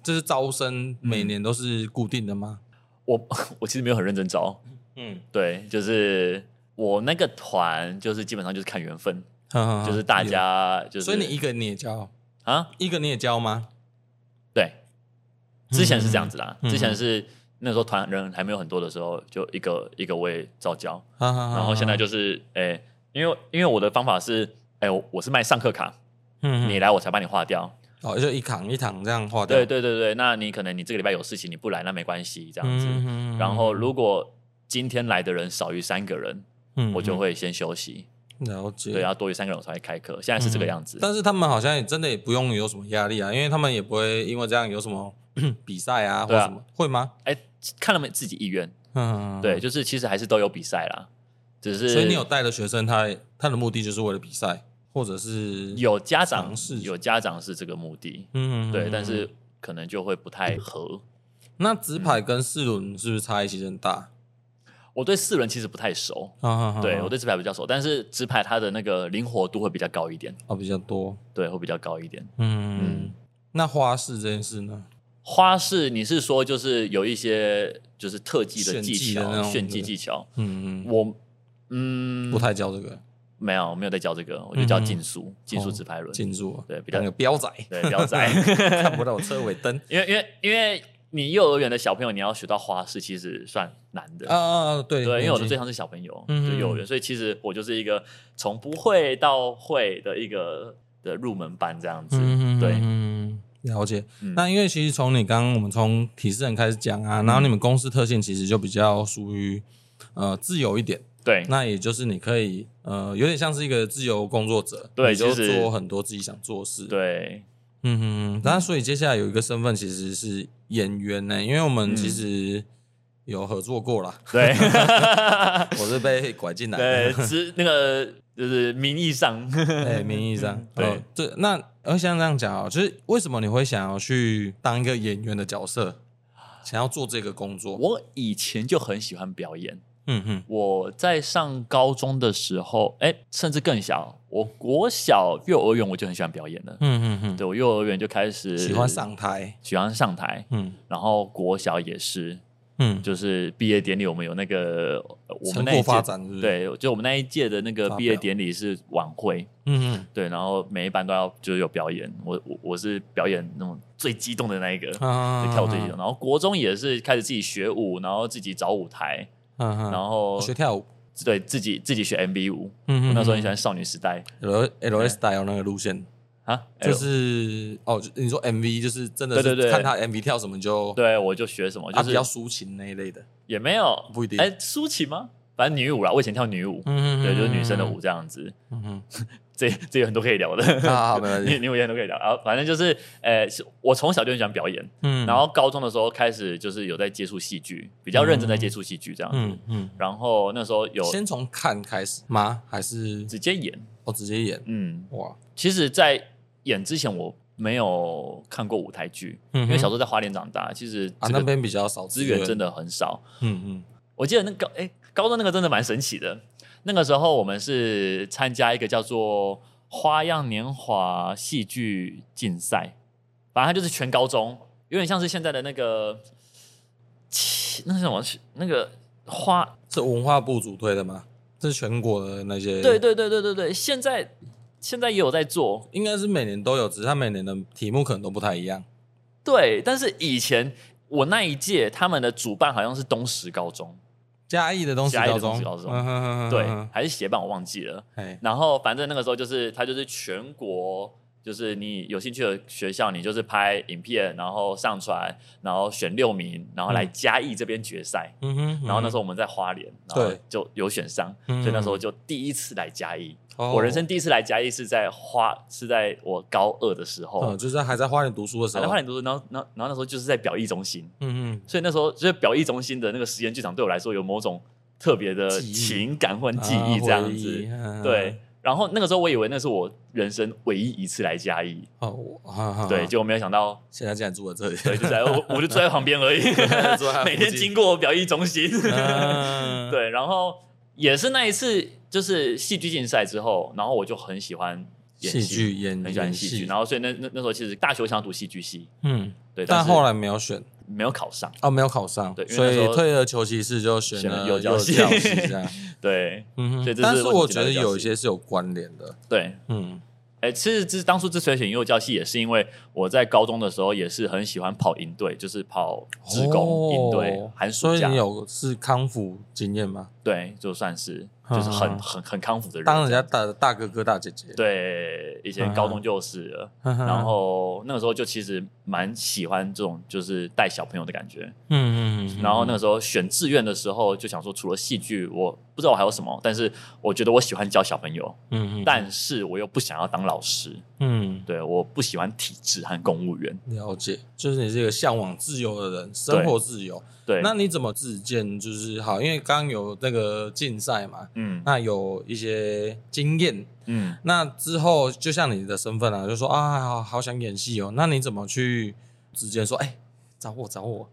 S1: 就是招生
S2: 嗯
S1: 每年都是固定的吗？
S2: 我 我其实没有很认真招，
S1: 嗯，
S2: 对，就是我那个团就是基本上就是看缘分，就是大
S1: 啊有，
S2: 家就是，
S1: 所以你一个你也教，
S2: 啊，
S1: 一个你也教吗？
S2: 对，之前是这样子啦，
S1: 嗯
S2: 之前是那时候团人还没有很多的时候，就一个一个我也照教，然
S1: 然
S2: 后现在就是，诶、因为因为我的方法是，诶、我我是卖上课卡，你
S1: 你
S2: 来我才帮你划掉，
S1: 嗯哦，就一堂一堂这样画掉，
S2: 对对对对，那你可能你这个礼拜有事情你不来，那没关系这
S1: 这
S2: 样子，
S1: 嗯
S2: 然后如果今天来的人少于三个人，
S1: 嗯
S2: 我就会先休息。
S1: 了解，
S2: 对，要啊多于三个人我才会开课。现
S1: 嗯
S2: 在是这个样子。
S1: 但是他们好像也真的也不用有什么压力啊，因为他们也不会因为这样有什么 比赛啊或
S2: 对啊
S1: 什么，会吗？
S2: 哎、看他们自己意愿。
S1: 嗯，
S2: 对，。就是其实还是都有比赛啦，只是
S1: 所以你有带的学生他，他的目的就是为了比赛，或者是
S2: 有家长
S1: 尝试
S2: 有家长是这个目的，
S1: 嗯，
S2: 对，但是可能就会不太合。
S1: 那直排跟四轮是不是差异其实很大？
S2: 我对四轮其实不太熟，
S1: 啊
S2: 对我对直排比较熟，但是直排它的那个灵活度会比较高一点，
S1: 哦比较多，
S2: 对，会比较高一点。
S1: 嗯，那花式这件事呢？
S2: 花式，你是说就是有一些就是特技的
S1: 炫
S2: 技
S1: 技的那
S2: 巧、
S1: 种
S2: 炫
S1: 对
S2: 技
S1: 不对
S2: 技巧，
S1: 嗯嗯，
S2: 我嗯
S1: 不太教这个，
S2: 没有没有在教这个，我就教竞速，竞速
S1: 哦
S2: 直排轮，
S1: 进入了
S2: 对比较
S1: 两个标仔，哎
S2: 对，不 要再，
S1: 看不到车尾灯
S2: 因为因为因为你幼儿园的小朋友，你要学到花式，其实算难的。
S1: 啊啊，啊对
S2: 对，因为我的
S1: 年纪
S2: 对象是小朋友，
S1: 嗯
S2: 就幼儿园，所以其实我就是一个从不会到会的一个的入门班这样子。
S1: 嗯，
S2: 对，
S1: 嗯，了解。
S2: 嗯
S1: 那因为其实从你刚刚我们从体适能开始讲啊，然后你们公司特性其实就比较属于呃自由一点，
S2: 对，
S1: 那也就是你可以呃有点像是一个自由工作者，
S2: 对
S1: 你就
S2: 其实
S1: 做很多自己想做的事，，
S2: 对，
S1: 嗯哼哼。那所以接下来有一个身份其实是演员呢、因为我
S2: 嗯
S1: 们其实有合作过啦，
S2: 对，
S1: 我是被拐进来的，
S2: 对，只那个就是名义上，
S1: 哎，名义上，
S2: 嗯对
S1: 哦对。那而像这样讲啊，就是为什么你会想要去当一个演员的角色，想要做这个工作？
S2: 我以前就很喜欢表演，
S1: 嗯哼，
S2: 我在上高中的时候，哎、甚至更小，我国小幼儿园我就很喜欢表演了。
S1: 嗯哼
S2: 对我幼儿园就开始
S1: 哼，喜欢上台，
S2: 喜欢上台，
S1: 嗯
S2: 然后国小也是，
S1: 嗯，
S2: 就是毕业典礼我们有那个呃我
S1: 成
S2: 们那
S1: 果
S2: 一
S1: 发
S2: 届，
S1: 展是不是？，
S2: 对，就我们那一届的那个
S1: 发
S2: 毕业
S1: 表
S2: 典礼是晚会，
S1: 嗯
S2: 对，然后每一班都要就是有表演，我我我是表演那种最激动的那一个。
S1: 哼，啊
S2: 就跳最激动，然后国中也是开始自己学舞，然后自己找舞台，
S1: 嗯哼，
S2: 然后
S1: 学跳舞，
S2: 对自己自己学 MV 舞，
S1: 嗯
S2: 我那时候很喜欢少女时代
S1: L L S style 那个路线，
S2: 啊，
S1: 就是哦，就你说 M V 就是真的是
S2: 对对对
S1: 看他 M V 跳什么就
S2: 哎。对我就学什么，
S1: 啊，
S2: 就
S1: 比
S2: 是
S1: 较抒情那一类的，
S2: 也没有
S1: 不一定
S2: 哎，抒情吗？反正女舞啦，我以前跳女舞，
S1: 嗯
S2: 对，就是女生的舞，这样子。
S1: 嗯哼，
S2: 这这有很多可以聊的，
S1: 啊好没问题
S2: 女女舞也很多可以聊。然后反正就是，呃，是我从小就很喜欢表演，
S1: 嗯
S2: 然后高中的时候开始就是有在接触戏剧，比较认真在接触戏剧这样子。
S1: 嗯嗯，
S2: 然后那时候有
S1: 先从看开始吗？还是
S2: 直接演，
S1: 我直接演？
S2: 嗯，
S1: 哇，
S2: 其实，在演之前我没有看过舞台剧，
S1: 嗯哼
S2: 因为小时候在花莲长大，其实
S1: 啊
S2: 这
S1: 那
S2: 个
S1: 边比较少
S2: 资源真
S1: 的，
S2: 的很少。
S1: 嗯嗯
S2: 我记得那个高哎、高中那个真的蛮神奇的。那个时候我们是参加一个叫做《花样年华》戏剧竞赛，反正它就是全高中，有点像是现在的那个，切那是什么那个花，
S1: 是文化部组推的吗？这是全国的那些，
S2: 对，对对对对对，现在现在也有在做，
S1: 应该是每年都有，只是它每年的题目可能都不太一样。
S2: 对，但是以前我那一届他们的主办好像是东石高中，
S1: 嘉义的东西高
S2: 嘉
S1: 中，
S2: 义的东石高中
S1: 嗯哼哼哼
S2: 对，
S1: 哼
S2: 还是协办我忘记了。
S1: 哎，
S2: 然后反正那个时候就是他就是全国，就是你有兴趣的学校，你就是拍影片，然后上传，然后选六名，然后来嘉义这边决赛。
S1: 嗯哼，
S2: 然后那
S1: 候
S2: 时候我们在花莲，然后
S1: 对
S2: 就有选上，
S1: 嗯
S2: 所以那时候就第一次来嘉义。
S1: 哦
S2: 我人生第一次来嘉义是在花，是在我高二的时候，
S1: 嗯，就是还在花莲读书的时
S2: 还
S1: 候
S2: 在，花莲读书，然后然后然后那时候就是在表艺中心，
S1: 嗯
S2: 所以那时候就是表艺中心的那个实验剧场对我来说有某种特别的
S1: 记忆
S2: 情感或
S1: 嗯，
S2: 记忆这样子。
S1: 啊，
S2: 对，然后那个时候我以为那是我人生唯一一次来嘉义，
S1: 哦，我哈哈
S2: 对，结果没有想到，
S1: 现在竟然住在这里，
S2: 对，就在我我就坐在旁边而已
S1: 坐在，
S2: 每
S1: 附
S2: 天
S1: 近
S2: 经过我表艺中心，
S1: 嗯，
S2: 对，然后也是那一次就是戏剧竞赛之后，然后我就很喜欢演
S1: 戏剧演
S2: 很喜欢
S1: 演
S2: 戏剧，然后所以那那那时候其实大学想读戏剧系，
S1: 嗯，
S2: 对，但
S1: 但
S2: 是
S1: 后来没有选。
S2: 没有考上，
S1: 哦，没有考上
S2: 对，因为
S1: 所
S2: 那时
S1: 以
S2: 候
S1: 退了球骑士就选
S2: 选了
S1: 了
S2: 幼教
S1: 教
S2: 系
S1: 系这样。
S2: 对
S1: 嗯哼
S2: 所以这是
S1: 但是
S2: 为什么
S1: 我
S2: 提
S1: 觉
S2: 到
S1: 得
S2: 幼教
S1: 有一
S2: 系
S1: 些是有关联的。
S2: 对，
S1: 嗯，
S2: 哎，其实之当初之所以选幼教系，也是因为我在高中的时候也是很喜欢跑营队，就是跑志工营队
S1: 哦，
S2: 寒暑
S1: 所以
S2: 假
S1: 你，有是康复经验吗？
S2: 对，就算是就是很
S1: 嗯
S2: 很很康复的人，
S1: 当人家大大哥哥大姐姐，
S2: 对，以前
S1: 嗯
S2: 高中就是了，
S1: 嗯哼
S2: 然后那个时候就其实蛮喜欢这种就是带小朋友的感觉，
S1: 嗯嗯嗯，
S2: 然后那个时候选志愿的时候就想说，除了戏剧，我不知道我还有什么，但是我觉得我喜欢教小朋友，
S1: 嗯嗯，
S2: 但是我又不想要当老师，
S1: 嗯
S2: 对，我不喜欢体制和公务员，
S1: 了解，就是你是一个向往自由的人，生活自由。
S2: 对，
S1: 那你怎么自荐？就是好，因为刚刚有那个竞赛嘛，
S2: 嗯
S1: 那有一些经验，
S2: 嗯。
S1: 那之后，就像你的身份啊，就说啊，好好想演戏哦。那你怎么去直接说，哎、找我找我，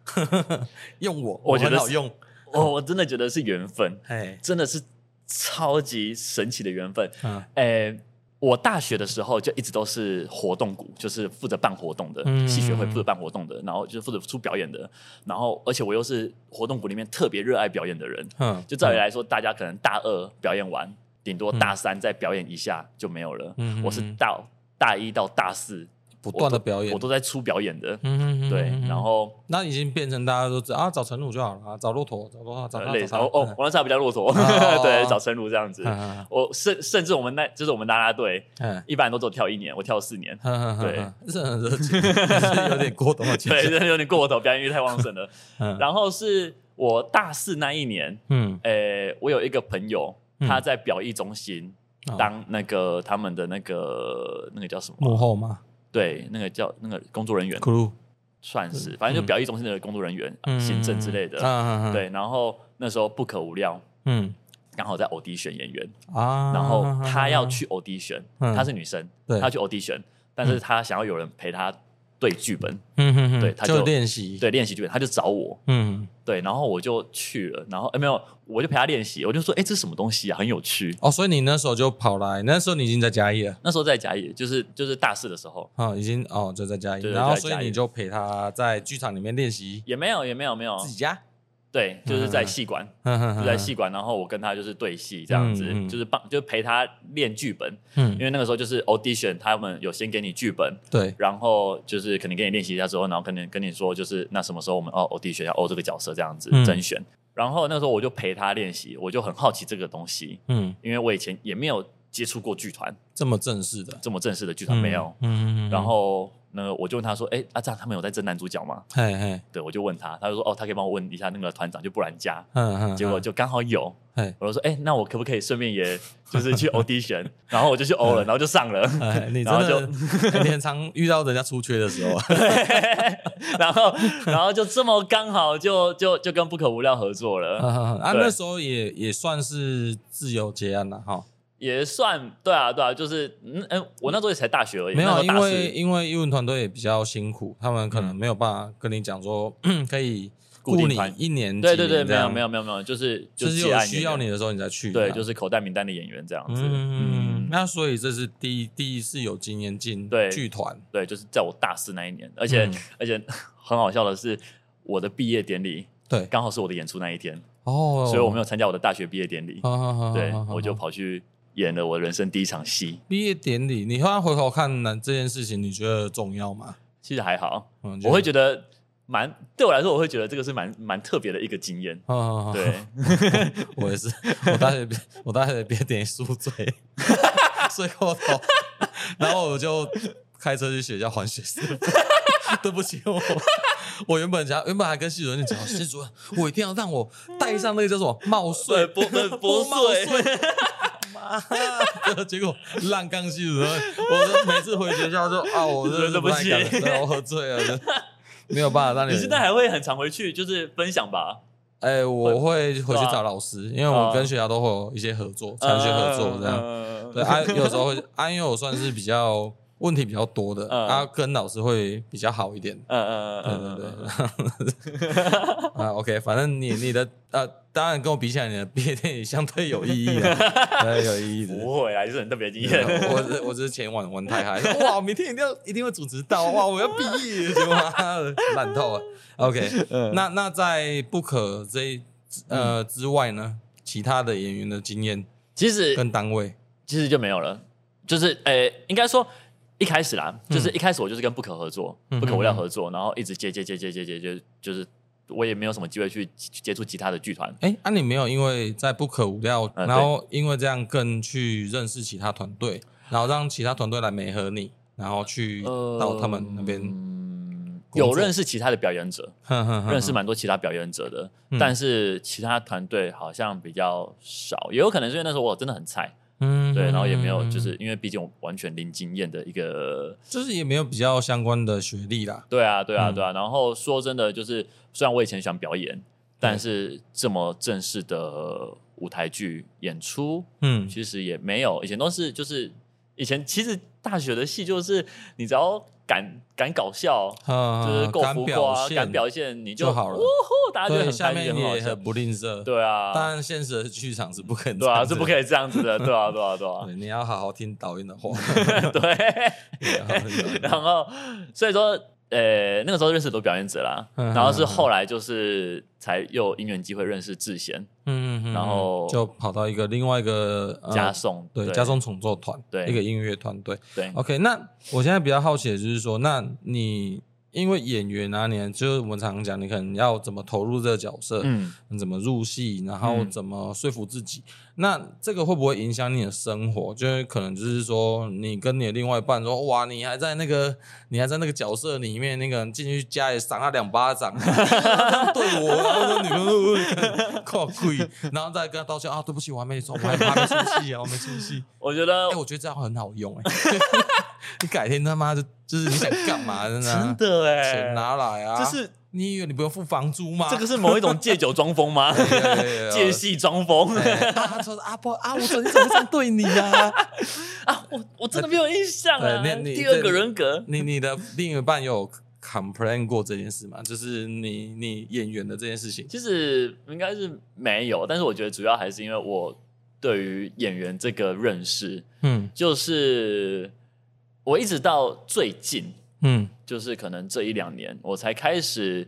S1: 用我，
S2: 我觉得
S1: 很好
S2: 是
S1: 用。
S2: 哦，我真的觉得是缘分，
S1: 哎，
S2: 真的是超级神奇的缘分。
S1: 嗯
S2: 诶，呃我大学的时候就一直都是活动股，就是负责办活动的，
S1: 嗯
S2: 戏学会负责办活动的，然后就是负责出表演的，然后而且我又是活动股里面特别热爱表演的人。
S1: 嗯，
S2: 就照理来说，大家可能大二表演完，顶多大三再表演一下就没有了。
S1: 嗯
S2: 我是
S1: 嗯嗯
S2: 到大一到大四
S1: 嗯不
S2: 我
S1: 断的
S2: 都
S1: 表演，
S2: 我都在出表演的。
S1: 嗯嗯嗯
S2: 对，然后
S1: 那已经变成大家都知道啊，找陈鲁就好了啊，找骆驼，找骆驼，找
S2: 呃
S1: 他，
S2: 类似
S1: 找
S2: 哦
S1: 他
S2: 哦，王差比较骆驼，
S1: 嗯哦
S2: 对，找生路这样子。
S1: 嗯
S2: 我甚甚至我们那就是我们啦啦队，
S1: 嗯，
S2: 一般人都只有跳一年，我跳了四年
S1: 嗯，
S2: 对
S1: 嗯，是很热情，是有点过头了，其
S2: 对，
S1: 实，
S2: 真的有点过头，表演欲太旺 盛了。
S1: 嗯
S2: 然后是我大四那一年，
S1: 嗯
S2: 诶、我有一个朋友，
S1: 嗯
S2: 他在表艺中心
S1: 哦
S2: 当那个他们的那个那个叫什么？
S1: 幕后嘛
S2: 对，那个叫那个工作人员
S1: ，crew，
S2: 算是，反正就表艺中心的工作人员、
S1: 嗯
S2: 行政之类的。
S1: 嗯嗯嗯，
S2: 对，然后那时候不可无料，
S1: 嗯
S2: 刚好在 audition 演员，
S1: 啊，
S2: 然后她要去 audition，、
S1: 嗯
S2: 她是女生，
S1: 对
S2: 她要去 audition，但是她想要有人陪她对剧本，
S1: 嗯，嗯嗯嗯，
S2: 对他
S1: 就
S2: 就
S1: 练习，，
S2: 对练习剧本，她就找我，
S1: 嗯，
S2: 对，然后我就去了，然后哎没有，我就陪她练习，我就说哎这是什么东西啊，很有趣。
S1: 哦，所以你那时候就跑来，那时候你已经在嘉义了，
S2: 那时候在甲乙，就是就是大四的时候，
S1: 啊、已经哦就在嘉义，
S2: 对
S1: 然后
S2: 就在
S1: 所
S2: 嘉义
S1: 以你就陪他在剧场里面练习
S2: 也没有也没有没有，
S1: 自己家，
S2: 对，就是在戏馆，
S1: 嗯
S2: 就在，戏馆，然后我跟她就是对戏这样子，
S1: 嗯嗯
S2: 就是帮就陪她练剧本，
S1: 嗯
S2: 因，为那个时候就是 audition，他们有先给你剧本，
S1: 对，
S2: 然后就是可能给你练习一下之后，然后可能跟你说就是那什么时候我们哦我弟学校哦这个角色这样子
S1: 嗯
S2: 甄选。然后那时候我就陪他练习，我就很好奇这个东西，
S1: 嗯，
S2: 因为我以前也没有接触过剧团
S1: 这么正式的，
S2: 这么正式的剧啊团没有。
S1: 嗯，嗯嗯嗯，
S2: 然后呢，我就问他说：“哎，啊这样他们有在争男主角吗
S1: 嘿嘿，？”
S2: 对，我就问他，他就说：“哦，他可以帮我问一下那个团长，就布兰加。
S1: 嗯嗯，”
S2: 结果
S1: 嗯
S2: 就刚好有，
S1: 嘿，
S2: 我就说：“哎，那我可不可以顺便也就 是去 audition？” 然后我就去 o 了，
S1: 嗯
S2: 然后就上了。
S1: 哎，你真
S2: 然后
S1: 的， 你很常遇到人家出缺的时 候，
S2: 然后，然后就这么刚好就就就跟不可无料合作了，
S1: 啊，
S2: 对
S1: 那时候也也算是自由结案了哈，
S2: 也算对啊，对啊，就是嗯嗯，我那时候也才大学而已，
S1: 没有
S2: 那
S1: 啊，
S2: 时
S1: 因
S2: 候大
S1: 为
S2: 四，
S1: 因为英文团队也比较辛苦，他们可能
S2: 嗯
S1: 没有办法跟你讲说嗯可以
S2: 固
S1: 雇
S2: 定
S1: 你
S2: 团
S1: 一年，
S2: 对
S1: 几
S2: 对对，
S1: 年这
S2: 没有
S1: 样
S2: 没有没有没有，就是
S1: 就是
S2: 接
S1: 有
S2: 案
S1: 需要
S2: 演
S1: 你
S2: 员，
S1: 的时候你再去。
S2: 对，
S1: 这样
S2: 就是口袋名单的演员这样子，
S1: 嗯
S2: 嗯，，
S1: 那所以这是第一第一次有经验进
S2: 对
S1: 剧团，
S2: 对，就是在我大四那一年，而且
S1: 嗯
S2: 而且 很好笑的是，我的毕业典礼
S1: 对
S2: 刚好是我的演出那一天，
S1: 哦，
S2: 所以我没有参加我的大学毕业 典礼，
S1: 有
S2: 对，我就跑去演了我人生第一场戏，
S1: 毕业典礼，你突然回头看呢这件事情，你觉得重要吗？
S2: 其实还好，
S1: 嗯
S2: 我 会觉得蛮对我来说，我会觉得这个是蛮蛮特别的一个经验。
S1: 得，哦，哦
S2: 对，
S1: 哦我也是，我大学毕我大学毕业典礼宿醉， 睡过头，然后我就开车去学校还学生， 对不起我。我原本想，原本还跟系主任讲，系主任，我一定要让我戴上那个叫什么帽
S2: 对，
S1: 穗，
S2: 不 对，
S1: 不
S2: 不碎，
S1: 碎。妈的！结果烂钢系主任，我就每次回学校就啊，我真的是不太敢
S2: 对不起
S1: 对我喝醉了，没有办法让你。
S2: 你现在还会很常回去，就是分享吧？
S1: 哎，我会回去
S2: 啊
S1: 找老师，因为我跟学校都会有一些合作，产学合
S2: 嗯
S1: 作这样。
S2: 样
S1: 对啊，有时候会啊，因为我算是比较问题比较多的，
S2: 嗯
S1: 啊，跟老师会比较好一点。
S2: 嗯
S1: 对对对， 啊，OK，反正你你的呃，当然跟我比起来，你的毕业典礼相对有意义 啊，对，有意义的。
S2: 不会啊，就是很特别经
S1: 对
S2: 验。
S1: 我只我只是前晚玩太嗨，说哇，明天一定要一定会主持到哇，我要毕业，结果妈的烂 透了。OK，那
S2: 嗯
S1: 那在不可这一呃之外呢，其他的演员的经验
S2: 其实
S1: 跟单位，
S2: 其实就没有了，就是呃，应该说一开始啦，就是一开始我就是跟不可合作，
S1: 嗯
S2: 不可无聊合作，然后一直接接接接接接接，就是我也没有什么机会去去接触其他的剧团。
S1: 哎，啊，你没有因为在不可无聊，
S2: 呃对
S1: 然后因为这样更去认识其他团队，然后让其他团队来媒合你，然后去
S2: 呃
S1: 到他们那边，
S2: 嗯
S1: 工作
S2: 有认识其他的表演者，
S1: 哼哼哼
S2: 认识蛮多其他表演者的，
S1: 嗯
S2: 但是其他团队好像比较少，也有可能是因为那时候我真的很菜，
S1: 嗯
S2: 对，然后也没
S1: 嗯
S2: 有
S1: 嗯嗯
S2: 就是因为毕竟我完全零经验的一个，
S1: 就是也没有比较相关的学历啦，
S2: 对啊，对啊，
S1: 嗯
S2: 对啊。然后说真的，就是虽然我以前喜欢表演，但是这么正式的舞台剧演出，
S1: 嗯，
S2: 其实也没有，以前都是就是以前其实大学的戏就是你只要敢敢搞笑。就
S1: 就是
S2: 够浮夸，敢表
S1: 啊表
S2: 现你
S1: 就好了
S2: 呜呼，大家就
S1: 对，
S2: 很
S1: 下
S2: 开心，
S1: 面
S2: 很好
S1: 也
S2: 笑
S1: 很。不吝啬，
S2: 对啊，
S1: 当然现实的剧场是不可能，
S2: 对啊，是不
S1: 以。
S2: 可以这样子的，对啊，对啊，对啊，
S1: 对，你要好好听导演的 话。
S2: 对。
S1: 对好好听导演的话
S2: 然后所以说，呃，那个时候认识很多表演者啦，
S1: 嗯
S2: 然后是后来就是才又因缘机会认识志贤，
S1: 嗯嗯嗯，
S2: 然后
S1: 就跑到一个另外一个呃
S2: 加送
S1: 对加送哦重奏团，
S2: 对
S1: 一个音乐团队。
S2: 对
S1: OK，那我现在比较好奇的就是说，那你因为演员啊，你就是我们常常讲，你可能要怎么投入这个角色，
S2: 嗯，
S1: 你怎么入戏，然后
S2: 嗯
S1: 怎么说服自己。那这个会不会影响你的生活？就是可能就是说，你跟你的另外一半说，哇，你还在那个，你还在那个角色里面，那个人进去家里赏他两巴掌， 你这样对我，然后说女朋友 呃靠鬼，然后再跟他道歉啊，对不起，我还没说，我还我还没出戏啊，我没出戏。
S2: 我觉得
S1: 哎、我觉得这样很好用哎、 你改天他妈就就是你想干嘛真的啊、
S2: 真的
S1: 钱
S2: 哎，
S1: 拿来啊！
S2: 这是
S1: 你以为你不用付房租吗？ 啊
S2: 这个是某一种借酒装疯吗？ 借戏装疯
S1: 哎啊 他说阿波阿武怎你怎么会这样对你啊？
S2: 啊，我 我真的没有印象啊，
S1: 对哎你你
S2: 第二个人格。
S1: 你你的另一半有 complain 过这件事吗？就是你你演员的这件事情，
S2: 其实应该是没有，但是我觉得主要还是因为我对于演员这个认识，
S1: 嗯
S2: 就是我一直到最近，
S1: 嗯
S2: 就是可能这一两年，我才开始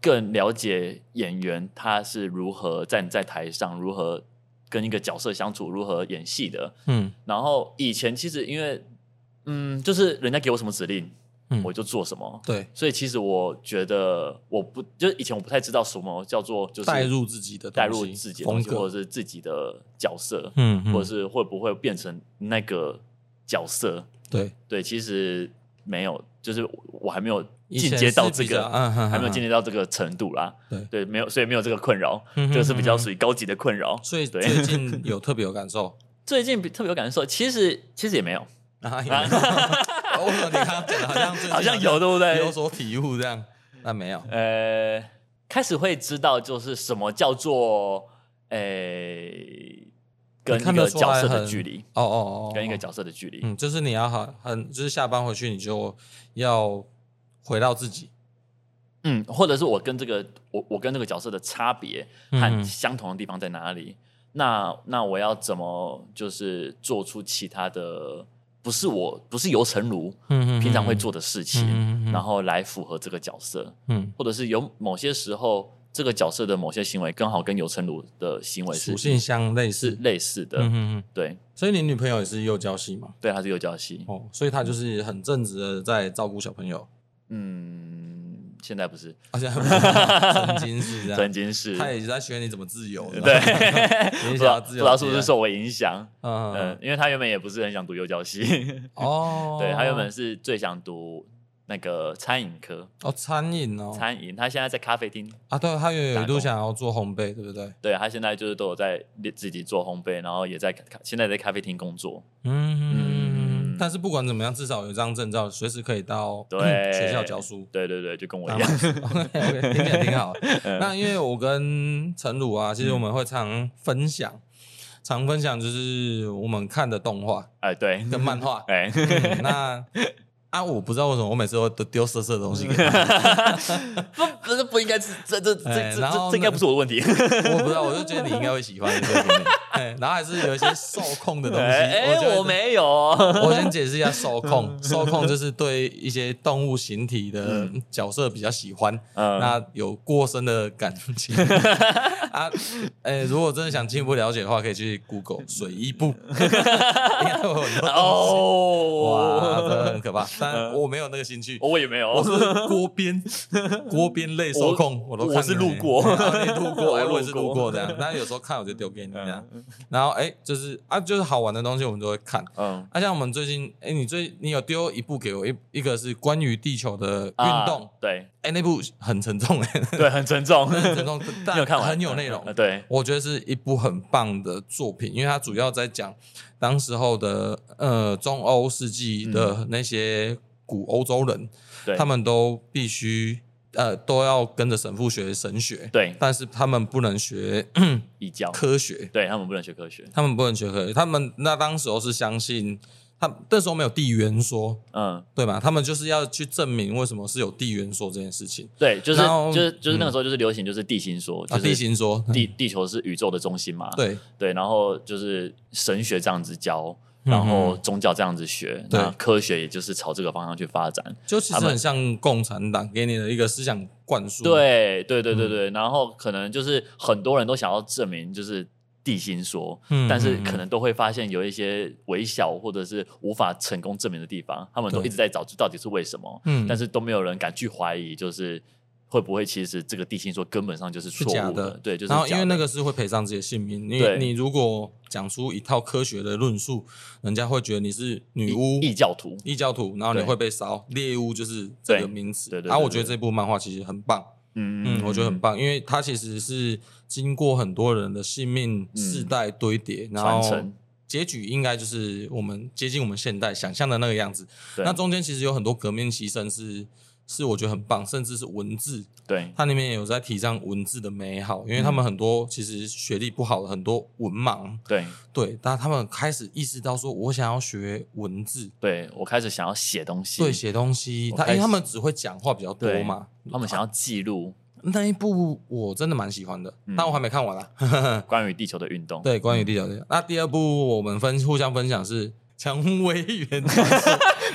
S2: 更了解演员他是如何站在台上，如何跟一个角色相处，如何演戏的。
S1: 嗯
S2: 然后以前其实因为，嗯，就是人家给我什么指令，
S1: 嗯
S2: 我就做什么。
S1: 对，
S2: 所以其实我觉得我不就是以前我不太知道什么叫做就是
S1: 带入自己的东
S2: 带
S1: 西
S2: 入自己的东
S1: 风
S2: 西，或
S1: 格，
S2: 者是自己的角色，
S1: 嗯
S2: 或
S1: 嗯，
S2: 者是会不会变成那个角色。
S1: 对，
S2: 对，其实没有，就是我我还没有
S1: 以前
S2: 进阶到
S1: 是
S2: 这
S1: 比较
S2: 个，
S1: 嗯哼，
S2: 还没有进
S1: 阶，
S2: 阶到这个程度啦。
S1: 对
S2: 没有，所以没有这个困扰，
S1: 嗯哼
S2: 这个是比较
S1: 嗯哼
S2: 属于高级的困扰。
S1: 所以
S2: 对
S1: 最 近有特别有感受
S2: 最近比特别有感受，其实其实也没有，
S1: 啊？有没有我为什么你刚刚讲的好像最近
S2: 好像有，对不
S1: 有
S2: 对？
S1: 所体悟这样？那没有，哦
S2: 呃，开始会知道就是什么叫做呃，跟
S1: 你看
S2: 一
S1: 得
S2: 个
S1: 出
S2: 角
S1: 来
S2: 色的
S1: 很
S2: 距离，
S1: 哦哦哦，
S2: 跟一个
S1: 哦
S2: 角色的距离。
S1: 嗯，就是你要好很，就是下班回去你就要回到自己，
S2: 嗯，或者是我跟这个我我跟这个角色的差别
S1: 嗯
S2: 和相同的地方在哪里？那那我要怎么就是做出其他的不是我不是游成儒
S1: 嗯
S2: 平常会做的事情，
S1: 嗯嗯嗯嗯
S2: 然后来符合这个角色，
S1: 嗯
S2: 或者是有某些时候这个角色的某些行为刚好跟游成儒的行为是
S1: 属性相类
S2: 是
S1: 似，
S2: 类似的。
S1: 嗯嗯嗯，
S2: 对
S1: 所以你女朋友也是幼教系嘛？
S2: 对，他是幼教系。
S1: 哦，所以她就是很正直的在照顾小朋友，
S2: 嗯，现在不是，
S1: 而且 曾经是这样，
S2: 曾经是
S1: 她也在学你怎么自由，
S2: 对，
S1: 你
S2: 不知
S1: 想要
S2: 道
S1: 自
S2: 不
S1: 由
S2: 知道是不
S1: 自
S2: 是
S1: 在
S2: 受我影响。
S1: 嗯
S2: 嗯
S1: 嗯，
S2: 因为他原本也不是很想读幼教系，
S1: 哦，
S2: 对他原本是最想读那个餐饮科，
S1: 哦餐饮哦
S2: 餐饮。他现在在咖啡厅，
S1: 啊，对，她有有一
S2: 打
S1: 度
S2: 工
S1: 想要做烘焙，对不对？
S2: 对他现在就是都有在自己做烘焙，然后也在咖现在在咖啡厅工作。
S1: 嗯嗯嗯嗯嗯
S2: 嗯，
S1: 但是不管怎么样，至少有一张证照，随时可以到
S2: 对
S1: 学校教书。
S2: 对对对，就跟我
S1: 打
S2: 一
S1: 麻
S2: 样。 嗯
S1: 将 OK，听起来挺好。啊那因为我跟陈鲁啊，其实我们会常分享，常分享就是我们看的动 画
S2: 哎，对，。
S1: 跟漫画
S2: 哎，
S1: 嗯那啊，我不知道为什么我每次都都丢色色的 东西给他，
S2: 不，不是不应该是这这这
S1: 哎
S2: 这
S1: 然
S2: 这
S1: 后
S2: 这应该不是我 的问题。
S1: 我不知道，我就觉得你应该会喜欢这个 片。哎然后还是有一些受控的东西，
S2: 哎，
S1: 就会
S2: 哎我。没 有。
S1: 我先解释一下受 控，受控就是对一些动物形体的角色比较喜欢，
S2: 嗯，
S1: 那有过深的感 情啊，哎、如果真的想进一步了解的话，可以去 Google 水一部， 应该会有很多东西。哇，真
S2: 哦，
S1: 的很可怕！但我没有那个兴趣，
S2: 我也没有，
S1: 我是锅 边锅边类受控，我都看
S2: 我是路 过
S1: 啊你路过，
S2: 我
S1: 哎
S2: 路过
S1: 我也是路过这样。但有时候看我就丢给你这样，
S2: 嗯
S1: 然后哎、就是啊，就是好玩的东西我们都会看。
S2: 嗯，
S1: 啊，像我们最近，哎、你最你有丢一部给我一一个是关于地球的
S2: 啊
S1: 运动，
S2: 对
S1: 哎、那部很沉重哎、
S2: 对，很沉重。
S1: 很 沉重，但
S2: 你有看完？
S1: 很有内容
S2: 呃。对，
S1: 我觉得是一部很棒的作品，因为它主要在讲当时候的呃中欧世纪的那些古欧洲人，
S2: 对
S1: 他们都必须呃都要跟着神父学神学，
S2: 对
S1: 但是他们不能学
S2: 异教，
S1: 科学，
S2: 对他们不能学科学。
S1: 他们不能学科学，他们那当时候是相信他那时候没有地缘说，
S2: 嗯，
S1: 对吧？他们就是要去证明为什么是有地缘说这件事情，
S2: 对，就是
S1: 然后嗯
S2: 就是就是那个时候就是流行就是地心说，就
S1: 啊，
S2: 是
S1: 地心说，
S2: 地地球是宇宙的中心嘛，
S1: 对，
S2: 对，然后就是神学这样子教，
S1: 嗯
S2: 然后宗教这样子学，
S1: 对嗯
S2: 那科学也就是朝这个方向去发展。
S1: 就其实很像共产党给你的一个思想灌输。，
S2: 对对对对对，
S1: 嗯
S2: 然后可能就是很多人都想要证明就是地心说，
S1: 嗯
S2: 但是可能都会发现有一些微小或者是无法成功证明的地方，他们都
S1: 对
S2: 一直在找，这到底是为什么？
S1: 嗯
S2: 但是都没有人敢去怀疑，就是会不会其实这个地心说根本上就是
S1: 是
S2: 错
S1: 假
S2: 误
S1: 的，
S2: 对，就是
S1: 然后因
S2: 假
S1: 为
S2: 的
S1: 那个是会赔上自己的性命，因
S2: 对
S1: 为你如果讲出一套科学的论述，人家会觉得你是女巫、
S2: 异教徒，
S1: 异教徒，然后你
S2: 对
S1: 会被烧。猎巫就是这
S2: 对
S1: 个名词。
S2: 对对对
S1: 然后
S2: 对
S1: 我觉得
S2: 对
S1: 这部漫画其实很棒，
S2: 嗯
S1: 嗯，我觉得很棒，因为它其实是经过很多人的性命世代堆叠，然
S2: 嗯传
S1: 后
S2: 承。
S1: 结局应该就是我们接近我们现代想象的那个样子。
S2: 对
S1: 那中间其实有很多革命牺牲是是我觉得很棒，甚至是文字，
S2: 对
S1: 它里面也有在提倡文字的美好，因为他
S2: 嗯
S1: 们很多其实学历不好的很多文盲，
S2: 对
S1: 对，但他们开始意识到说我想要学文字，
S2: 对，我开始想要写东西，
S1: 对，写东西，
S2: 我
S1: 他
S2: 开
S1: 因
S2: 始
S1: 为他们只会讲话比较多
S2: 对
S1: 嘛。
S2: 他们想要记录
S1: 那一部我真的蛮喜欢的，
S2: 嗯
S1: 但我还没看完啦。
S2: 关于地球的运动，
S1: 对，关于地角的。那第二部我们分互相分享是《蔷薇园传奇》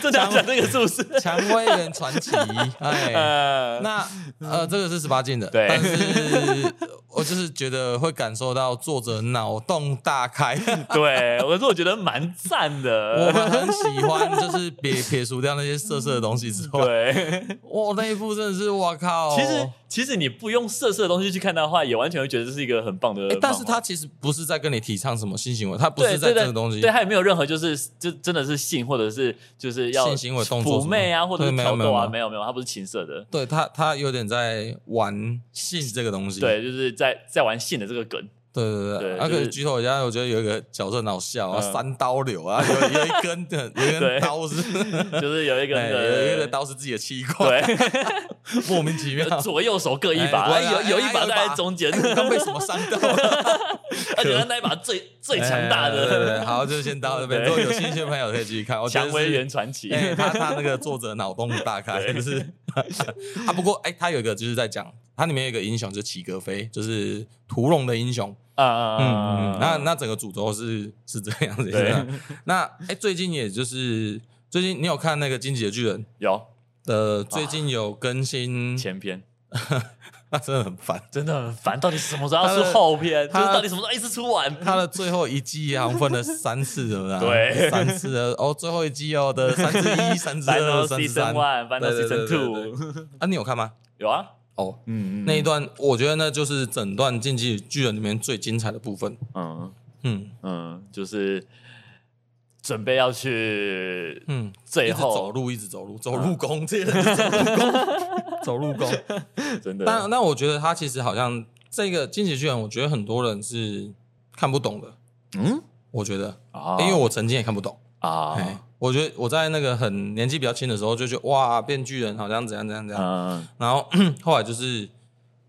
S2: 这讲讲这个是不是？
S1: 《蔷薇园传奇》 哎。
S2: 呃，
S1: 那呃，这个是十八禁的，
S2: 对
S1: 但是我就是觉得会感受到作者脑洞大 开，
S2: 对，我说我觉得蛮赞
S1: 我
S2: 的，
S1: 们很喜欢，就是撇撇除掉那些色色的东西之后，
S2: 对。
S1: 哇，那一部真的是我靠，
S2: 嗯其实其实你不用色色的东西去看它的话，也完全会觉得这是一个很棒的漫
S1: 诶
S2: 画。
S1: 但是他其实不是在跟你提倡什么性行为，他不
S2: 对
S1: 是在
S2: 对
S1: 这
S2: 对
S1: 个东西，
S2: 对他也没有任何就是就真的是性或者是就是要
S1: 性行为动作
S2: 妩媚啊，
S1: 什么
S2: 或者是
S1: 对没有
S2: 挑逗啊，没
S1: 没
S2: 有没有，他不是情色的，
S1: 对他他有点在玩性这个东西，
S2: 对，就是在在玩性的这个梗，
S1: 对对
S2: 对
S1: 对，那
S2: 就是
S1: 个举头家，我觉得有一个角色很好笑啊，
S2: 嗯
S1: 三刀流啊，有有一根有一根
S2: 对
S1: 刀是，
S2: 就是有一 个
S1: 哎
S2: 那
S1: 有一个
S2: 个
S1: 刀是自己的器官，
S2: 对。 呃
S1: 莫名其妙，
S2: 左右手各一把，
S1: 哎对啊
S2: 有有一把
S1: 哎
S2: 在中间，
S1: 哎刚被什么伤 到了？
S2: 而且那一把最最强大
S1: 哎对对对
S2: 的
S1: 好，就先到这边。
S2: 对
S1: 如果有兴趣的朋友可以继续 看，我
S2: 《
S1: 觉得
S2: 蔷
S1: 是
S2: 薇园传奇》
S1: 哎，他他那个作者脑洞大开，就是 啊。不过哎，他有一个就是在讲，它里面有一个英雄就是齐格飞，就是屠龙的英雄。
S2: 啊
S1: 嗯，
S2: 啊
S1: 嗯，那那整个主轴是是这样子。是这样那哎、最近也就是最近你有看那个《进击的巨人》
S2: 有
S1: 的？最近有更新，
S2: 前篇，
S1: 那、真的很烦。
S2: 真的很烦，到底什么时候要出后篇？就
S1: 他
S2: 是
S1: 的
S2: 到底什么时候一直出完？
S1: 他的最后一季好像分了三次，对不对？
S2: 对
S1: 三次的哦，最后一季哦的三次一、三次
S2: Final
S1: 二、三次
S2: Season
S1: 三
S2: One、Final
S1: 对对对对
S2: Season Two，
S1: 啊，你有看吗？
S2: 有啊，
S1: 哦，
S2: 嗯
S1: 那一段我觉得那就是整段《进击的巨人》里面最精彩的部分。
S2: 嗯
S1: 嗯
S2: 嗯，就是准备要去
S1: 嗯，一
S2: 最
S1: 直走
S2: 后，嗯
S1: 路，一直走路，走路工，这些人是走路工， 走路工。
S2: 真的，
S1: 但但我觉得他其实好像这个《进击的巨人》，我觉得很多人是看不懂的。
S2: 嗯
S1: 我觉得，
S2: 啊
S1: 因为我曾经也看不懂，
S2: 啊
S1: 哎，我觉得我在那个很年纪比较轻的时候就觉得哇，变巨人好像怎样怎样怎样，
S2: 嗯
S1: 然后后来就是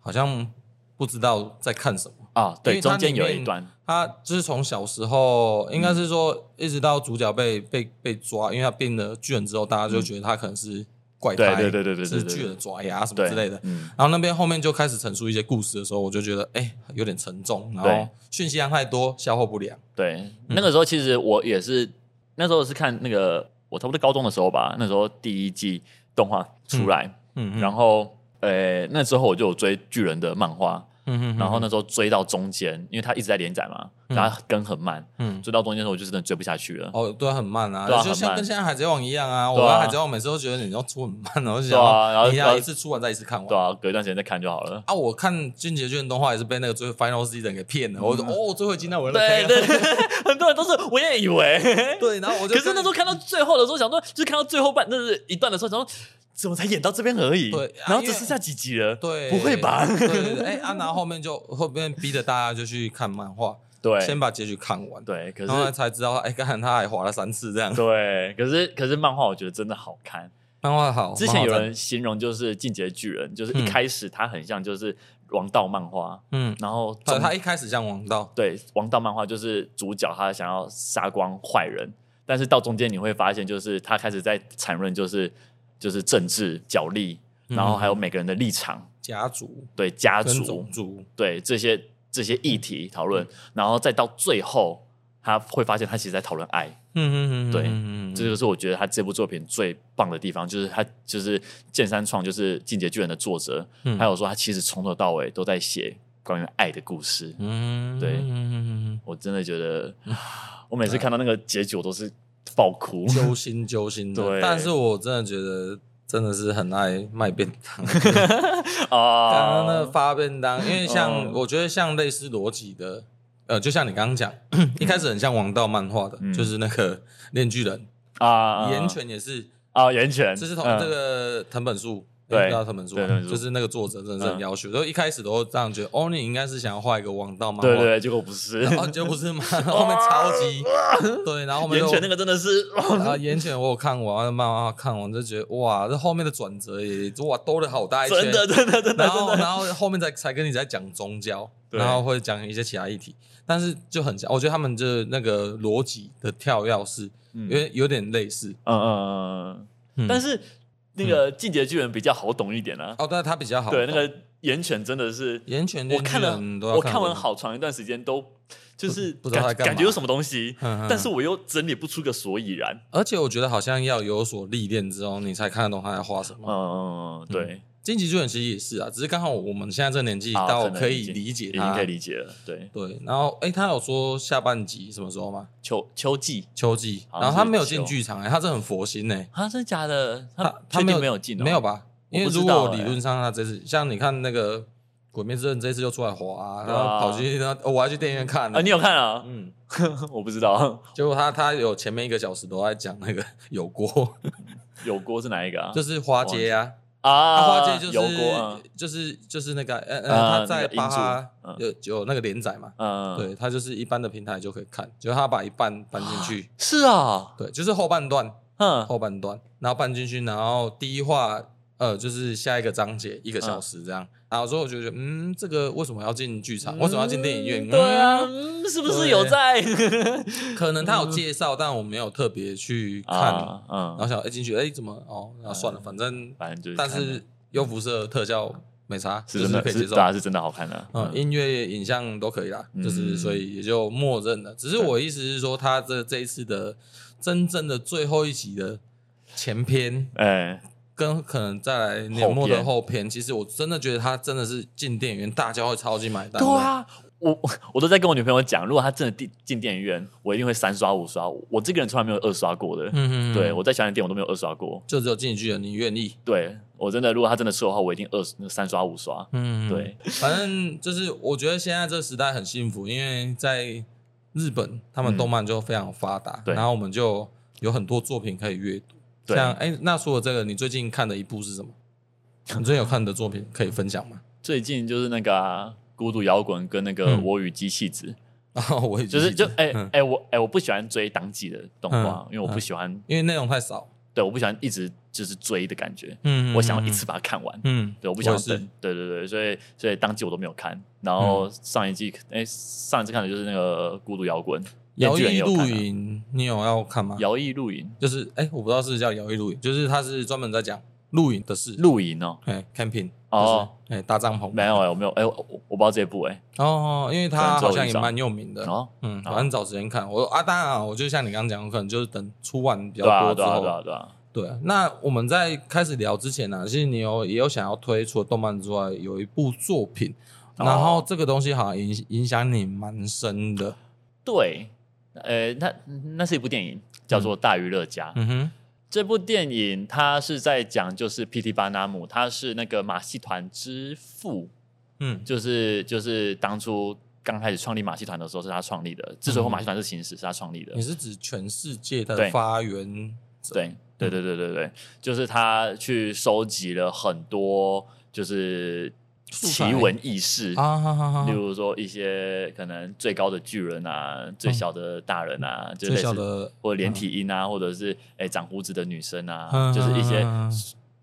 S1: 好像不知道在看什么。
S2: 啊，
S1: 因
S2: 对，
S1: 为它
S2: 中间
S1: 里
S2: 有一
S1: 面
S2: 段，
S1: 他就是从小时候，应该是说一直到主角被被被抓，因为他变了巨人之后，大家就觉得他可能是怪
S2: 对
S1: 胎，
S2: 嗯对对对对对
S1: 是
S2: 对
S1: 巨人爪牙什么
S2: 对
S1: 之类的。
S2: 嗯，
S1: 然后那边后面就开始陈述一些故事的时候，我就觉得哎、有点沉重，然
S2: 对
S1: 后讯息量太多，消化不良。
S2: 对，那个时候其实我也是，那时候是看那个我差不多高中的时候吧，那时候第一季动画出来，
S1: 嗯
S2: 然
S1: 后
S2: 后呃那之后我就有追巨人的漫画，
S1: 嗯
S2: 然后那时候追到中间，因为它一直在连载嘛，然后跟很慢，
S1: 嗯
S2: 追到中间的时候我就真的追不下去了。
S1: 哦对啊，很慢啊，
S2: 对啊
S1: 就
S2: 很慢
S1: 像跟现在海贼王一样啊，我
S2: 对啊
S1: 玩海贼王每次都觉得你要出很慢，然后就想
S2: 对啊然后
S1: 要你要
S2: 呃
S1: 一次出完再一次看完
S2: 对。啊，隔一段时间再看就好了。
S1: 啊！我看《进击的巨人》动画也是被那个最后 Final Season 给骗了。我说哦，最后一集那我要来
S2: 嗯对
S1: 看
S2: 对， 很多人都是我也以为，
S1: 对，然后我就
S2: 可是
S1: 跟
S2: 那时候看到最后的时候，想说就是看到最后半那是一段的时候，想说怎么才演到这边而已，
S1: 对啊
S2: 然后只剩下几集了，
S1: 对，
S2: 不会 吧
S1: 对对对，哎、啊，然后后面就后面逼着大家就去看漫画，先
S2: 对
S1: 把结局看完，
S2: 对，可
S1: 然后
S2: 是
S1: 才知道，哎、刚才他还划了三次这样。
S2: 对，可是可是漫画我觉得真的好看。
S1: 漫画好，
S2: 之前有
S1: 漫画赞，
S2: 人形容就是《进阶巨人》，就是一
S1: 嗯
S2: 开始它很像就是王道漫画，
S1: 嗯，
S2: 然后
S1: 对
S2: 中
S1: 他一开始像王道，
S2: 对王道漫画就是主角他想要杀光坏人，但是到中间你会发现，就是他开始在谈论就是就是政治角力，然后还
S1: 嗯
S2: 有每个人的立场，
S1: 家族
S2: 对家
S1: 跟
S2: 族
S1: 种，族，
S2: 对这些这些议题讨论，
S1: 嗯
S2: 然后再到最后，他会发现他其实在讨论爱，
S1: 嗯嗯嗯，
S2: 对
S1: 嗯
S2: 这就是我觉得他这部作品最棒的地方，就是他就是剑山创，就是《进阶巨人》的作者，
S1: 嗯
S2: 还有说他其实从头到尾都在写关于爱的故事。
S1: 嗯，
S2: 对
S1: 嗯，
S2: 我真的觉 得，我每次看到那个结局，我都是爆哭。
S1: 揪心揪心的，
S2: 对
S1: 但是我真的觉得。真的是很爱卖便当，刚刚 那个
S2: 啊，
S1: 发便当，因为像
S2: 嗯
S1: 我觉得像类似逻辑的，呃，就像你刚刚 讲，一开始很像王道漫画的
S2: 嗯，
S1: 就是那个《炼巨人
S2: 啊》，
S1: 岩泉也是，
S2: 啊，源泉，
S1: 这是同
S2: 嗯
S1: 这个藤本树。
S2: 对
S1: 知道藤本树吗
S2: 对藤本树嗯
S1: 就是那个作者，真的是很要求，就一开始都这样觉得，哦，你应该是想要画一个王道漫画，
S2: 对对对，结果不是
S1: 然后就不是嘛，然后后 面超级，对，然后后面
S2: 源
S1: 就
S2: 泉那个真的是，
S1: 啊，岩泉我有看完，漫画看完就觉得哇，这后面的转折也哇兜了好大一圈，
S2: 真的真的真的
S1: 然
S2: 真
S1: 后
S2: 的，
S1: 然后后面再才跟你在讲宗教，
S2: 对
S1: 然后会讲一些其他议题，但是就很像，我觉得他们这那个逻辑的跳跃是
S2: 嗯
S1: 因为有点类似，
S2: 嗯嗯嗯嗯嗯，
S1: 嗯
S2: 但是那个进阶巨人比较好懂一点啊。
S1: 哦，但是他比较好
S2: 对，
S1: 懂，
S2: 那个岩泉真的是，
S1: 岩泉
S2: 我
S1: 炼
S2: 看
S1: 巨
S2: 了
S1: 人都要
S2: 我看完
S1: 过
S2: 好长一段时间都就是
S1: 不不知道
S2: 感
S1: 他在干嘛
S2: 感觉有什么东西，
S1: 嗯嗯
S2: 但是我又整理不出个所以然。
S1: 而且我觉得好像要有所历练之后，你才看得懂他在画什么。
S2: 嗯，对，
S1: 荆棘巨人其实也是啊，只是刚好我们现在这个年纪
S2: 啊
S1: 到
S2: 可能
S1: 可
S2: 已
S1: 以
S2: 经
S1: 理解
S2: 已经
S1: 他
S2: 可以。理解了。对，
S1: 对，然后哎，他有说下半集什么时候吗？
S2: 秋秋季
S1: 秋季，
S2: 好像
S1: 然后他
S2: 是
S1: 没有
S2: 秋
S1: 进剧场，哎，他真的很佛心呢。
S2: 啊，真的假的？
S1: 他
S2: 确
S1: 他
S2: 定
S1: 有
S2: 没有进哦，
S1: 没有吧？因为
S2: 我不
S1: 如
S2: 知道哎
S1: 果理论上他这次，像你看那个《鬼灭之刃》这次又出来滑、啊，
S2: 对
S1: 然
S2: 啊
S1: 后跑去，然后哦我还去电影院看呢
S2: 啊？你有看啊？
S1: 嗯，
S2: 我不知道，
S1: 结果他他有前面一个小时都在讲那个 油锅，
S2: 有锅是哪一个啊？
S1: 就是花街啊，
S2: 啊，
S1: 他花街就是
S2: 油锅啊，
S1: 就是就是那个呃呃
S2: 啊
S1: 他在
S2: 那个
S1: 巴哈
S2: 银柱
S1: 有有那个连载嘛，
S2: 嗯，
S1: 对他就是一般的平台就可以看，就是他把一半搬进去，
S2: 是啊，
S1: 对，就是后半段
S2: 嗯，
S1: 后半段，然后搬进去，然后第一话，呃，就是下一个章节一个
S2: 嗯
S1: 小时这样。然后所以我就觉得，嗯，这个为什么要进剧场？为啊什么要进电影院？
S2: 嗯 对啊，
S1: 嗯
S2: 嗯是不是 有在
S1: 可能他有介绍，但我没有特别去看。
S2: 啊？
S1: 然
S2: 嗯，
S1: 后想，哎，进去，哎，怎么？哦，那算了，反正，
S2: 反正就是看
S1: 但
S2: 了，
S1: 是优辐射特效没差，
S2: 是
S1: 就
S2: 真
S1: 是
S2: 的
S1: 可以
S2: 是
S1: 接受
S2: 对。啊，是真的好看的。
S1: 嗯，音乐、影像都可以啦，就
S2: 嗯
S1: 是所以也就默认了。只是
S2: 对
S1: 我意思是说，他这这一次的真正的最后一集的前篇，
S2: 哎，
S1: 跟可能再来年末的后篇，其实我真的觉得他真的是进电影院，大家会超级买单。
S2: 对，啊。我我我都在跟我女朋友讲，如果她真的进进电影院，我一定会三刷五刷。我这个人从来没有二刷过的，
S1: 嗯嗯，
S2: 对我在小影店我都没有二刷过。
S1: 就只有进一句了，你愿意？
S2: 对我真的，如果她真的出的话，我一定二那三刷五刷。
S1: 嗯，
S2: 对，
S1: 反正就是我觉得现在这个时代很幸福，因为在日本他们动漫就非常发达，
S2: 嗯对
S1: 然后我们就有很多作品可以阅读。
S2: 对
S1: 像哎、那除了这个，你最近看的一部是什么？你最近有看的作品可以分享吗？
S2: 最近就是那个啊、孤独摇滚》跟那个《
S1: 嗯
S2: 我与机器子》
S1: 啊，我也
S2: 就是就哎哎、
S1: 嗯
S2: 我哎、我不喜欢追当季的动画，
S1: 嗯
S2: 因为我不喜欢，
S1: 因为内容太少，
S2: 对我不喜欢一直就是追的感觉，
S1: 嗯
S2: 我想要一次，把它看完。
S1: 嗯，嗯
S2: 对，我不想
S1: 也
S2: 要
S1: 是嗯
S2: 等，，对对对，所以所以当季我都没有看，然后上一季哎、上一次看的就是那个《孤独摇滚》，
S1: 摇
S2: 电
S1: 曳
S2: 锯人也有
S1: 露
S2: 看啊
S1: 营，你有要看吗？
S2: 摇曳露营，
S1: 就是哎、我不知道是不是叫摇曳露营，就是它是专门在讲露营的事，
S2: 露营哦，
S1: 哎、camping
S2: 哦，
S1: 就是哎、搭帐篷
S2: 没有哎、我没有哎、我我我不知道这一部哎、哦
S1: 哦，因为
S2: 可
S1: 它
S2: 能只有
S1: 好像也
S2: 一张
S1: 蛮有名的，
S2: 然后
S1: 嗯，反正找时间看。我啊，当然、啊，我就像你刚刚讲，我可能就是等出完比较
S2: 对啊
S1: 多之
S2: 对
S1: 后，
S2: 啊对啊对啊，
S1: 对啊那我们在开始聊之前呢、啊其实你有也有想要推，除了动漫之外，有一部作品，
S2: 哦
S1: 然后这个东西好像影影响你蛮深的。
S2: 对，呃，那那是一部电影叫做《大娱乐家》，
S1: 嗯哼，
S2: 这部电影它是在讲就是 P.T. 巴纳姆，他是那个马戏团之父，
S1: 嗯
S2: 就是就是当初刚开始创立马戏团的时候是他创立的，之所以会
S1: 嗯
S2: 马戏团是行驶是他创立的
S1: 你，是嗯指全世界的
S2: 对
S1: 发源者？
S2: 对对对对对对，就是他去收集了很多就是
S1: 素
S2: 奇
S1: 材
S2: 闻异事
S1: 啊，好好好
S2: 例，如说一些可能最高的巨人啊，最小的大人啊，就
S1: 最
S2: 类似
S1: 小的
S2: 或者连体婴啊，或者是哎、长胡子的女生啊，
S1: 嗯
S2: 就是一些
S1: 嗯嗯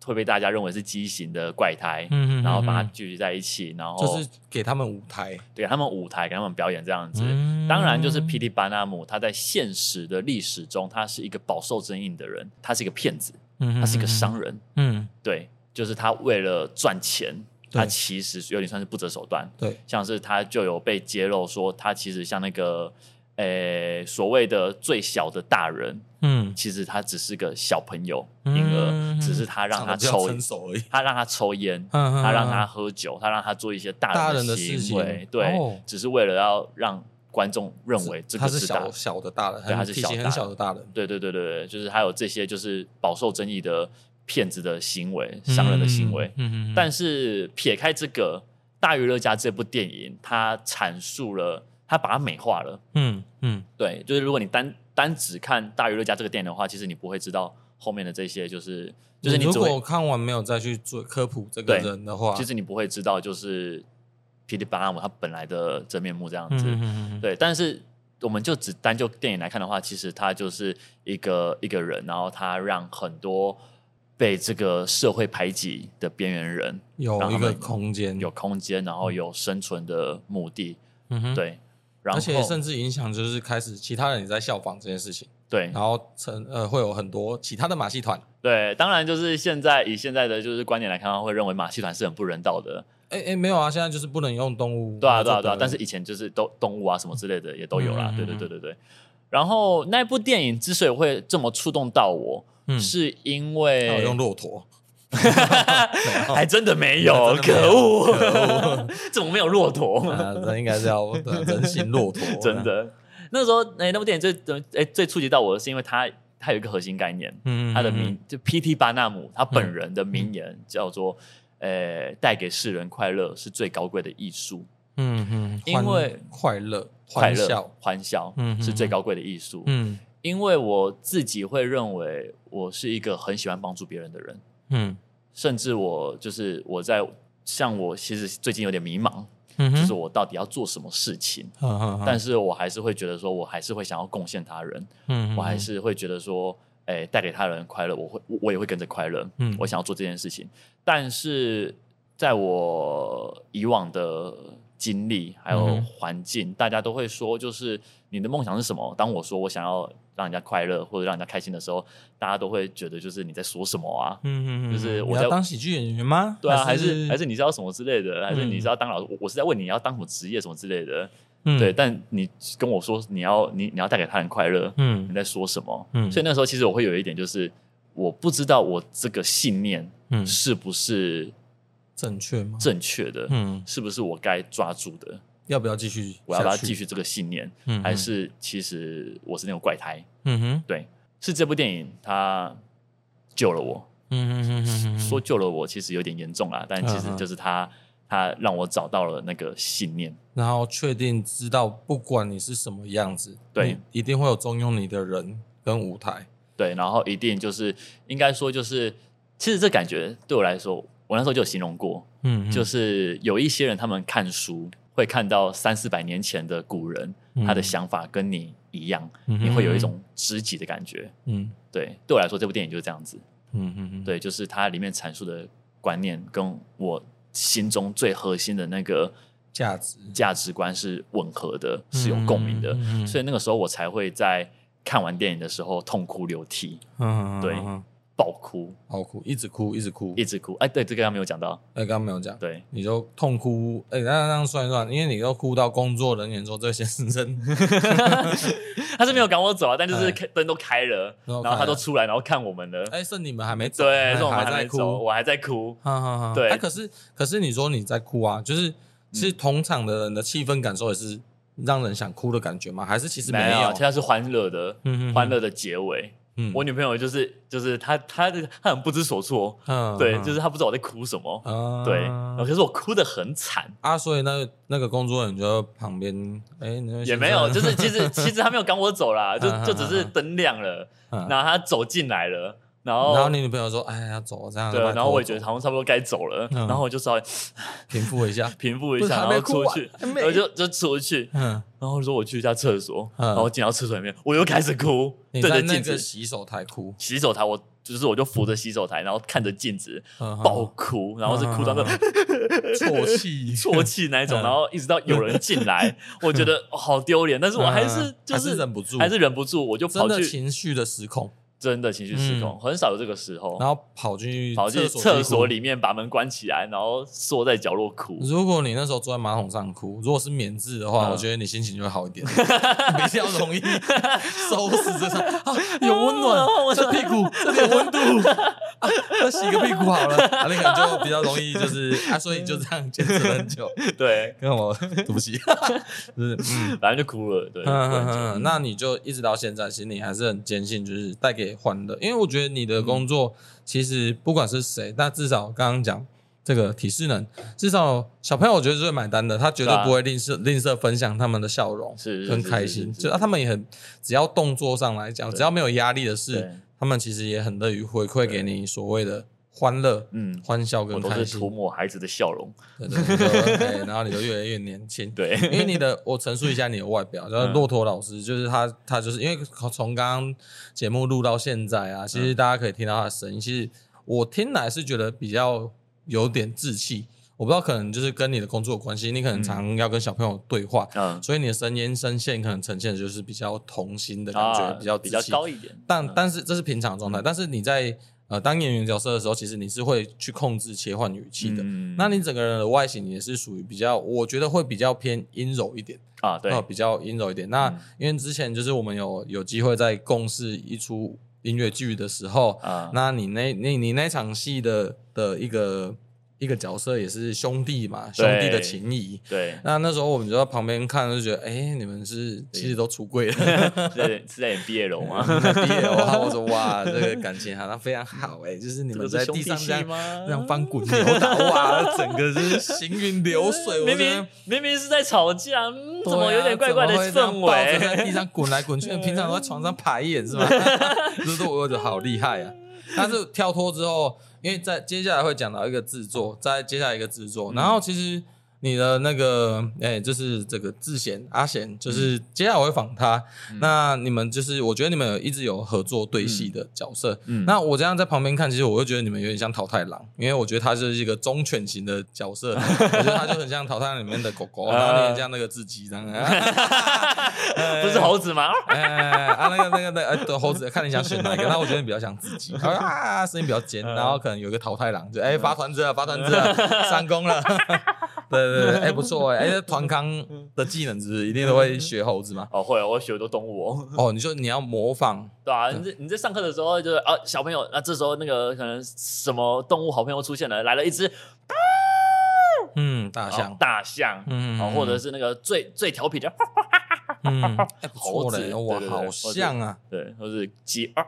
S2: 会被大家认为是畸形的怪胎，
S1: 嗯嗯嗯
S2: 然后把
S1: 嗯
S2: 它哦聚集在一起，然后
S1: 就是给他们舞台，
S2: 给他们舞台，给他们表演这样子。
S1: 嗯
S2: 当然，就是皮蒂巴纳姆，他在现实的历史中，他是一个饱受争议的人，他是一个骗子，
S1: 嗯
S2: 他是一个，商人，
S1: 嗯，
S2: 对，就是他为了赚钱，
S1: 对
S2: 他其实有点算是不择手段，
S1: 对，
S2: 像是他就有被揭露说，他其实像那个，诶、所谓的最小的大人，
S1: 嗯，
S2: 其实他只是个小朋友
S1: 嗯
S2: 婴儿，只是他让
S1: 长
S2: 他
S1: 得比较
S2: 抽
S1: 成，熟而已，
S2: 他让他抽烟，
S1: 嗯嗯
S2: 他让
S1: 嗯
S2: 他喝酒，他让他做一些大
S1: 大人的事
S2: 行为
S1: 情，
S2: 对，
S1: 哦
S2: 只是为了要让观众认为这
S1: 他
S2: 个
S1: 是
S2: 大
S1: 小
S2: 人。
S1: 小的大人，
S2: 对他
S1: 很
S2: 是
S1: 体
S2: 小
S1: 型
S2: 大
S1: 很小的大人，
S2: 对对对对对，就是还有这些就是饱受争议的骗子的行为、商人的行为，
S1: 嗯，嗯嗯嗯
S2: 但是撇开这个《大娱乐家》这部电影，它阐述了，它把它美化了。
S1: 嗯嗯，
S2: 对，就是如果你单单只看《大娱乐家》这个电影的话，其实你不会知道后面的这些，就是就是你
S1: 嗯如
S2: 只会
S1: 果，看完没有再去做科普这个
S2: 对
S1: 人的话，
S2: 其实你不会知道就是皮蒂巴拉姆他本来的真面目这样
S1: 嗯
S2: 子。
S1: 嗯嗯嗯
S2: 对，但是我们就只单就电影来看的话，其实他就是一个一个人，然后他让很多被这个社会排挤的边缘人
S1: 有
S2: 让
S1: 一
S2: 他
S1: 个
S2: 们
S1: 空间，
S2: 有空间，然后有生存的目的，
S1: 嗯哼，
S2: 对，然后
S1: 而且甚至影响就是开始其他人也在效仿这件事情，
S2: 对
S1: 然后成呃会有很多其他的马戏团，
S2: 对，当然就是现在以现在的就是观点来看，会认为马戏团是很不人道的，
S1: 哎哎没有啊，现在就是不能用动物，
S2: 对啊对啊对啊，但是以前就是都动物啊什么之类的也都有啦
S1: 嗯嗯，嗯
S2: 对对对对对。然后那部电影之所以会这么触动到我，
S1: 嗯
S2: 是因
S1: 还有
S2: 为
S1: 用骆 驼，
S2: 还真的 没
S1: 真
S2: 有，
S1: 的没
S2: 可
S1: 有
S2: 恶， 怎么没有骆 驼？
S1: 啊这应该是要对啊人形骆驼，
S2: 真
S1: 对啊，
S2: 的，那时候哎，那部电影最哎最触及到我的是因为它它有一个核心概念，
S1: 嗯
S2: 他的名就 P.T. 巴纳姆他本人的名言叫做：“呃，带给世人快乐是最高贵的艺术，
S1: 嗯嗯，
S2: 因
S1: 欢
S2: 为
S1: 快乐
S2: 快
S1: 欢
S2: 乐
S1: 笑，
S2: 欢笑
S1: 嗯哼
S2: 是最高贵的艺术。
S1: 嗯
S2: 因为我自己会认为我是一个很喜欢帮助别人的人，
S1: 嗯
S2: 甚至我就是我在像我其实最近有点迷茫，
S1: 嗯
S2: 就
S1: 哼
S2: 是我到底要做什么事情，
S1: 嗯嗯，
S2: 但是我还是会觉得说，我还是会想要贡献他人，
S1: 嗯
S2: 我还是会觉得说，哎、带给他人快乐，我会我我也会跟着快乐。
S1: 嗯
S2: 嗯，我想要做这件事情，但是在我以往的经历还有
S1: 嗯哼
S2: 环境，大家都会说，就是你的梦想是什么？当我说我想要让人家快乐或者让人家开心的时候，大家都会觉得就是你在说什么啊？
S1: 嗯嗯，嗯
S2: 就是
S1: 你
S2: 我
S1: 要
S2: 在
S1: 当喜剧演员吗？
S2: 对啊，还
S1: 是
S2: 是还是你知道什么之类的，还是你知道当老师？我我是在问你要当什么职业什么之类的。
S1: 嗯
S2: 对，但你跟我说你要你你要带给他人快乐，你
S1: 嗯
S2: 在说什么？
S1: 嗯
S2: 所以那时候其实我会有一点就是，我不知道我这个信念
S1: 嗯
S2: 是不是
S1: 正确吗？
S2: 正确的，
S1: 嗯，
S2: 是不是我该抓住的？
S1: 要不要继续？
S2: 我要不要继？续这个信念？
S1: 嗯，
S2: 还是其实我是那种怪胎？
S1: 嗯哼
S2: 对，是这部电影它救了我。
S1: 嗯嗯嗯嗯，
S2: 说救了我，其实有点严重啦，但其实
S1: 嗯嗯
S2: 就是它，它让我找到了那个信念。
S1: 然后确定知道，不管你是什么样子，
S2: 对，
S1: 一定会有中庸你的人跟舞台。
S2: 对，然后一定就是应该说就是，其实这感觉对我来说，我那时候就有形容过，
S1: 嗯
S2: 就是有一些人他们看书会看到三四百年前的古人，他的想法跟你一样，
S1: 嗯
S2: 你会有一种知己的感觉。
S1: 嗯
S2: 对，对我来说，这部电影就是这样子。
S1: 嗯嗯嗯，
S2: 对，就是它里面阐述的观念跟我心中最核心的那个
S1: 价值
S2: 价值观是吻合的，是有共鸣的。
S1: 嗯
S2: 所以那个时候我才会在看完电影的时候痛哭流涕、
S1: 嗯
S2: 对
S1: 嗯嗯
S2: 爆哭，
S1: 好哭，一直哭，一直哭
S2: 一，直哭。哎，对，这个刚刚没有讲到。
S1: 哎，刚刚没有讲，
S2: 对，
S1: 你就痛哭，哎，那那样算一算，因为你都哭到工作人员说这些是真，
S2: 他是没有赶我走啊，但就是
S1: 哎
S2: 开灯都开了，
S1: 都
S2: 然
S1: 开了
S2: 后他都出来，然后看我们了。
S1: 哎，剩你们还没走，
S2: 对，
S1: 哎
S2: 说我们
S1: 还
S2: 还
S1: 在
S2: 没
S1: 哭，
S2: 走，我还在哭。
S1: 哈哈哈，
S2: 对嗯
S1: 哎可是可是你说你在哭啊，就是是同场的人的气氛感受也是让人想哭的感觉吗？还是其实
S2: 没
S1: 有
S2: 有，？啊他是欢乐的，
S1: 嗯
S2: 欢，乐的结尾。
S1: 嗯
S2: 我女朋友就是就是她她她很不知所措，
S1: 嗯
S2: 对，就是她不知道我在哭什么，
S1: 啊
S2: 对，然后可是我哭得很惨，
S1: 啊，所以那那个工作人员就在旁边，哎，你们
S2: 也
S1: 先
S2: 没有，
S1: 生
S2: 就是 其实其实她没有赶我走啦，就
S1: 嗯嗯
S2: 就只是灯亮了，
S1: 嗯
S2: 然后她走进来了，然后
S1: 然后你女朋友说：“哎，要走这样。”
S2: 哦对，
S1: 拜托
S2: 然后我也觉得好像差不多该走了，
S1: 嗯
S2: 然后我就稍微。
S1: 平复一下
S2: 平复一
S1: 不是还
S2: 下，然
S1: 没
S2: 后
S1: 哭
S2: 出
S1: 完
S2: 去，
S1: 还没
S2: 我就就出去，
S1: 嗯，
S2: 然后说我去一下厕所，
S1: 嗯
S2: 然后进到厕所里面，我又开始哭，
S1: 你
S2: 对
S1: 在
S2: 着
S1: 那
S2: 镜
S1: 个
S2: 子，
S1: 洗手台哭，
S2: 洗手台我。就是我就扶着洗手台，然后看着镜子
S1: 嗯
S2: 爆哭，然后是哭到那
S1: 嗯嗯啜气，
S2: 啜 泣那一
S1: 嗯
S2: 种，然后一直到有人进来，我觉得哦好丢脸，但是我还是
S1: 嗯
S2: 就
S1: 还是
S2: 是
S1: 忍不住，
S2: 还是忍不住，我就
S1: 真
S2: 跑
S1: 的
S2: 去
S1: 情绪的失控，
S2: 真的情绪失控，
S1: 嗯
S2: 很少有这个时候
S1: 然，后跑去
S2: 跑去
S1: 所
S2: 厕
S1: 哭
S2: 所。里面把门关起来，然后缩在角落哭。
S1: 如果你那时候坐在马桶上哭，如果是免治的话，
S2: 嗯
S1: 我觉得你心情就会好一 点， 比较容易收拾这上啊，有温暖，
S2: 哦
S1: 这屁 股这里有温度，啊，那洗个屁股好了，啊，你可能就比较容易就是啊，所以就这样坚持了很 久。
S2: 对，
S1: 跟我对不起， 就是嗯
S2: 反正就哭了，对，
S1: 嗯
S2: 哭很久
S1: 嗯嗯，那你就一直到现在，其实你还是很坚信，就是带给欢乐。因为我觉得你
S2: 嗯
S1: 的工作其实不管是谁，但至少刚刚讲这个体适能，至少小朋友我觉得是会买单的，他绝对
S2: 对啊
S1: 不会吝啬吝啬分享他们的笑容，
S2: 是是
S1: 跟
S2: 是
S1: 开
S2: 是
S1: 心。
S2: 是
S1: 就啊，他们也很只要动作上来讲，
S2: 对
S1: 只要没有压力的事，
S2: 对，
S1: 他们其实也很乐于回馈给你所谓的欢乐、
S2: 嗯，
S1: 欢笑
S2: 我
S1: 跟
S2: 都
S1: 开
S2: 是
S1: 心
S2: 涂。抹孩子的笑容，
S1: 对对对，对然后你就越来越年 轻。
S2: 对，
S1: 因为你的，我陈述一下你的外表，就是
S2: 嗯
S1: 骆驼老师，就是他，他就是因为从刚刚节目录到现在
S2: 嗯
S1: 啊，其实大家可以听到他的声音，其实我听来是觉得比较有点稚气，我不知道可能就是跟你的工作有关系，你可能常要跟小朋友对话，
S2: 嗯，
S1: 所以你的声音声线可能呈现的就是比较童心的感觉，
S2: 啊
S1: 比较
S2: 比较
S1: 稚气
S2: 高一嗯点，
S1: 但
S2: 嗯
S1: 但是这是平常状态，但是你在呃当演员角色的时候，其实你是会去控制切换语气的。
S2: 嗯
S1: 那你整个人的外形也是属于比较，我觉得会比较偏阴柔一点，
S2: 啊，对
S1: 呃，比较阴柔一点。那、
S2: 嗯
S1: 因为之前就是我们有有机会在共事一出音乐剧的时候，
S2: 啊，
S1: 那你那那你那场戏的的一个一个角色也是兄弟嘛，兄弟的
S2: 对
S1: 情谊。
S2: 对，
S1: 那那时候我们就在旁边看，就觉得，哎、你们是其实都出柜了，
S2: 是在是在演 BL 吗？
S1: 那毕业我我啊说哇，这个感情好像非常好哎、就是你
S2: 这
S1: 们
S2: 个
S1: 在
S2: 是兄
S1: 地
S2: 弟
S1: 上这
S2: 戏
S1: 样
S2: 吗？
S1: 这样翻滚扭打，哇，整个就是行云流水，我
S2: 明
S1: 觉得
S2: 明。明明是在吵架，嗯，怎么有点怪怪的
S1: 对啊怎
S2: 氛
S1: 么会这样抱着在
S2: 围？
S1: 地上滚来滚 去，平常都在床上排演是吧？ 就是说我觉得好厉害啊！但是跳脱之后，因为在接下来会讲到一个制作，在接下来一个制作，然后其实你的那个哎、就是这个志贤阿贤，就是接下来我会访他。那你们就是我觉得你们有一直有合作对戏的角色，
S2: 嗯
S1: 那我这样在旁边看，其实我会觉得你们有点像桃太郎，因为我觉得他就是一个忠犬型的角色，我觉得他就很像桃太郎里面的狗狗，然后你很像那个自己这样。啊
S2: 不是猴 子吗？
S1: 哎，啊，那个那个那个哎，对猴子，看你想选哪个？那我觉得你比较想自己， 啊，声音比较尖，
S2: 嗯
S1: 然后可能有一个桃太郎，就哎发团子了，发团子了，上工 了。对对对，哎不错哎，哎这团康
S2: 嗯
S1: 的技能是不是一定都会学猴子嘛？
S2: 哦，会，我学很多动物哦。
S1: 哦，你说你要模仿，
S2: 对啊，你在你在上课的时候就是啊，小朋友，那这时候那个可能什么动物好朋友出现了，来了一只
S1: 嗯，大
S2: 大
S1: 象，
S2: 哦大象，
S1: 嗯
S2: 啊，或者是那个最最调皮的，
S1: 嗯，哎不
S2: 猴
S1: 错
S2: 子
S1: 嘞，
S2: 对
S1: 哇，
S2: 对对
S1: 好
S2: 猴子
S1: 像啊。
S2: 对，或是鸡啊，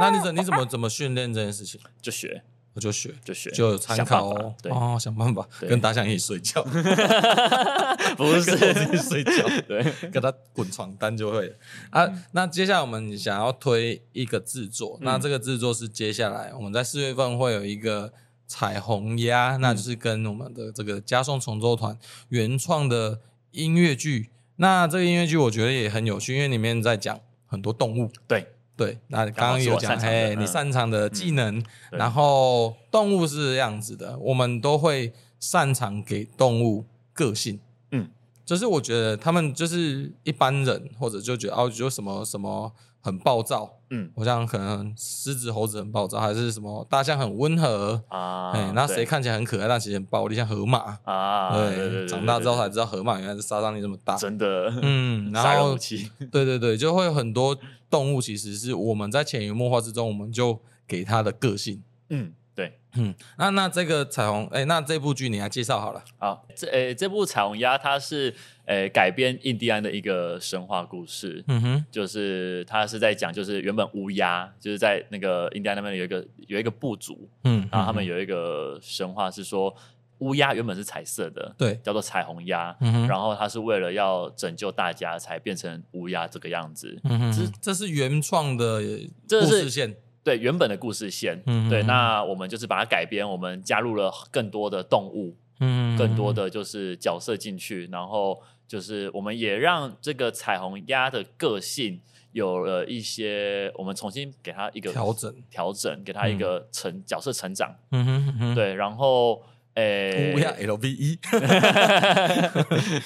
S1: 那你怎你怎么怎么训练这件事情？
S2: 就学
S1: 我就学，
S2: 就学，
S1: 就有参考
S2: 想办
S1: 哦
S2: 法。对
S1: 哦，想办法
S2: 对
S1: 跟大象一起睡觉，
S2: 不是
S1: 跟猴子一起睡觉。
S2: 对，
S1: 跟他滚床单就会了啊。那接下来我们想要推一个制作，那这个制作是接下来我们在四月份会有一个彩虹鸭，那就是跟我们的这个加送重奏团原创的音乐剧。那这个音乐剧我觉得也很有趣，因为里面在讲很多动物。
S2: 对
S1: 对，那刚
S2: 刚好
S1: 刚
S2: 是
S1: 有
S2: 我
S1: 讲，哎
S2: 擅长的
S1: 嘿，你
S2: 嗯
S1: 擅长的技能，
S2: 对
S1: 然后动物是这样子的，我们都会擅长给动物个性。
S2: 嗯，
S1: 就是我觉得他们就是一般人，或者就觉得哦，就什么什么很暴躁，
S2: 嗯
S1: 我想可能狮子、猴子很暴躁，还是什么大象很温和，
S2: 啊
S1: 哎、，那谁
S2: 对
S1: 看起来很可爱，但其实很暴力，像河马。哎
S2: 啊？对对对，
S1: 长大之后才
S2: 才
S1: 知道河马原来是杀伤力这么大。
S2: 真的，
S1: 嗯，
S2: 杀
S1: 然
S2: 人
S1: 后
S2: 武器，
S1: 对对对，就会有很多动物其实是我们在潜移默化之中，我们就给它的个性。
S2: 嗯，对。
S1: 嗯，那那这个彩虹，哎、那这部剧你来介绍好了。
S2: 好，这诶、这部《彩虹鸭》它是诶、改编印第安的一个神话故事，
S1: 嗯哼，
S2: 就是它是在讲，就是原本乌鸦就是在那个印第安那边有一个有一个部族，
S1: 嗯，
S2: 然后他们
S1: 嗯
S2: 有一个神话是说乌鸦原本是彩色的，
S1: 嗯对，
S2: 叫做彩虹鸭，
S1: 嗯哼，
S2: 然后它是为了要拯救大家才变成乌鸦这个样子。
S1: 嗯哼，
S2: 这
S1: 这这是原创的
S2: 这
S1: 故
S2: 是
S1: 事线。
S2: 对原本的故事线，
S1: 嗯
S2: 对，
S1: 嗯
S2: 那我们就是把它改编，我们加入了更多的动物，
S1: 嗯，
S2: 更多的就是角色进去，然后就是我们也让这个彩虹鸭的个性有了一些，我们重新给它一个
S1: 调整。
S2: 调整，给它一个成、角色成长，
S1: 嗯哼，嗯哼，
S2: 对，然后诶，
S1: 乌鸦 L V E，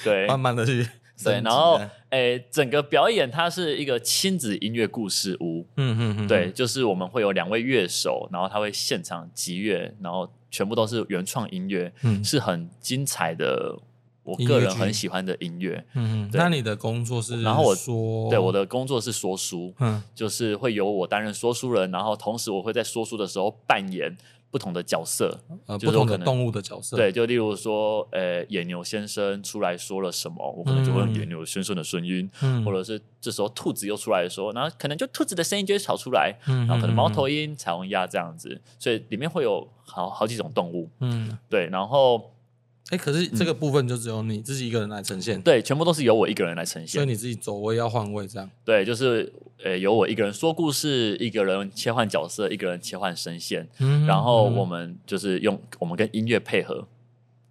S2: 对
S1: 慢慢的去
S2: 对，
S1: 升级啊
S2: 然后
S1: 的
S2: 诶，整个表演它是一个亲子音乐故事屋，
S1: 嗯嗯嗯，
S2: 对，就是我们会有两位乐手，然后他会现场集乐，然后全部都是原创音乐，
S1: 嗯
S2: 是很精彩的。我
S1: 音
S2: 个
S1: 乐
S2: 人
S1: 剧
S2: 很喜欢的音乐，
S1: 嗯，嗯
S2: 对
S1: 那你的工作是？
S2: 然后我
S1: 说，
S2: 对我，的工作是说书，
S1: 嗯
S2: 就是会由我担任说书人，然后同时我会在说书的时候扮演不同的角色。
S1: 呃，
S2: 就是
S1: 不
S2: 我
S1: 同
S2: 可
S1: 的
S2: 能
S1: 动物的角色，
S2: 对，就例如说，呃，野牛先生出来说了什么，我可能就会用
S1: 嗯
S2: 野牛先生的声音，
S1: 嗯，嗯，
S2: 或者是这时候兔子又出来说，然后可能就兔子的声音就会吵出来，
S1: 嗯，
S2: 然后可能猫头
S1: 鹰，
S2: 鹰、彩虹鸭这样子，所以里面会有好好几种动物。
S1: 嗯，
S2: 对，然后
S1: 哎，可是这个部分就只有你自己一个人来呈现，
S2: 嗯对，全部都是由我一个人来呈
S1: 所以
S2: 现。
S1: 你自己走位要换位这样，
S2: 对，就是呃，由我一个人说故事，一个人切换角色，一个人切换声线。
S1: 嗯
S2: 然后
S1: 嗯
S2: 我们就是用我们跟音乐配合，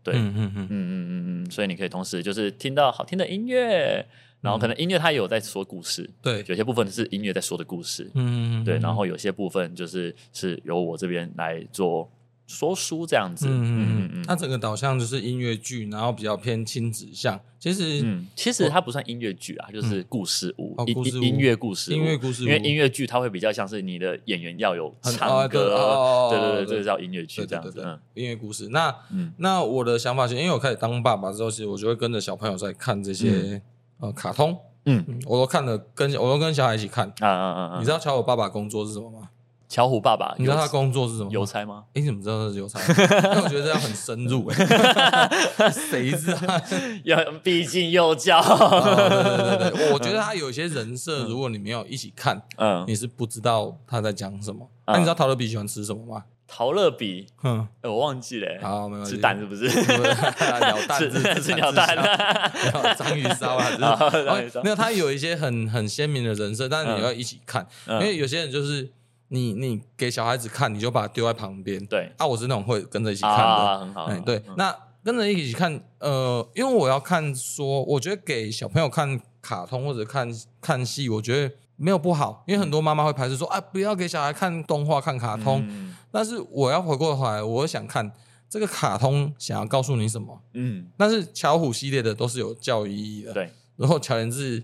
S2: 对，嗯
S1: 嗯嗯嗯，
S2: 嗯嗯嗯，所以你可以同时就是听到好听的音乐，然后可
S1: 嗯
S2: 能音乐它也有在说故事，
S1: 对，
S2: 有些部分是音乐在说的故事，
S1: 嗯，嗯
S2: 对，然，
S1: 嗯
S2: 后有些部分就是是由我这边来做说书这样子，
S1: 嗯嗯嗯，
S2: 嗯
S1: 它整个导向就是音乐剧，然后比较偏亲子向，其实
S2: 嗯，其实它不算音乐剧啊，就是故事舞
S1: 嗯哦，
S2: 音
S1: 故事舞
S2: 音音乐故事舞，
S1: 音乐故事
S2: 因
S1: 屋，
S2: 为音乐剧它会比较像是你的演员要有
S1: 很
S2: 唱
S1: 哦对
S2: 歌，啊对
S1: 哦
S2: 对
S1: 哦
S2: 对，这
S1: 对
S2: 个叫音乐剧
S1: 对
S2: 这
S1: 对
S2: 样
S1: 对
S2: 子，
S1: 对
S2: 嗯，
S1: 音乐故事，那
S2: 嗯
S1: 那我的想法是，因为我开始当爸爸之后，其实我就会跟着小朋友在看这些呃卡通，
S2: 嗯
S1: 嗯，我都看了，跟我都跟小孩一起看。
S2: 啊啊啊啊
S1: 你知，道乔我爸爸工作是什么吗？
S2: 巧虎爸爸，
S1: 你知道
S2: 有
S1: 他工作是什么吗？
S2: 邮差吗？
S1: 哎，你怎么知道这是邮差？因为我觉得这样很深入哎， 谁知道？
S2: 要，毕竟 幼教。
S1: 哦对对对 对，我觉得他有些人设，如果你没有一起看，
S2: 嗯，
S1: 你是不知道他在讲什么。那、你
S2: 嗯
S1: 知道陶乐比喜欢吃什么吗？
S2: 陶乐比，
S1: 哼，
S2: 哎我忘记了欸，
S1: 好，没关系。
S2: 吃蛋是不是？
S1: 不是， 鸟蛋
S2: 吃
S1: 自
S2: 吃鸟蛋。
S1: 自 产自销章鱼烧啊，只
S2: 好
S1: 是
S2: 章鱼烧
S1: 哦没有他有一些很很鲜明的人设，但是你
S2: 嗯
S1: 要一起看，因
S2: 嗯
S1: 为有些人就是你你给小孩子看，你就把它丢在旁边。
S2: 对
S1: 啊，我是那种会跟着一起看的。
S2: 啊，很好。
S1: 哎，对
S2: 嗯，
S1: 那跟着一起看，呃，因为我要看说，我觉得给小朋友看卡通或者看看戏，我觉得没有不好，因为很多妈妈会排斥说，啊，不要给小孩看动画、看卡通。
S2: 嗯
S1: 但是我要回过头来，我想看这个卡通想要告诉你什么。
S2: 嗯，
S1: 但是巧虎系列的都是有教育意义的，
S2: 对。
S1: 然后巧言志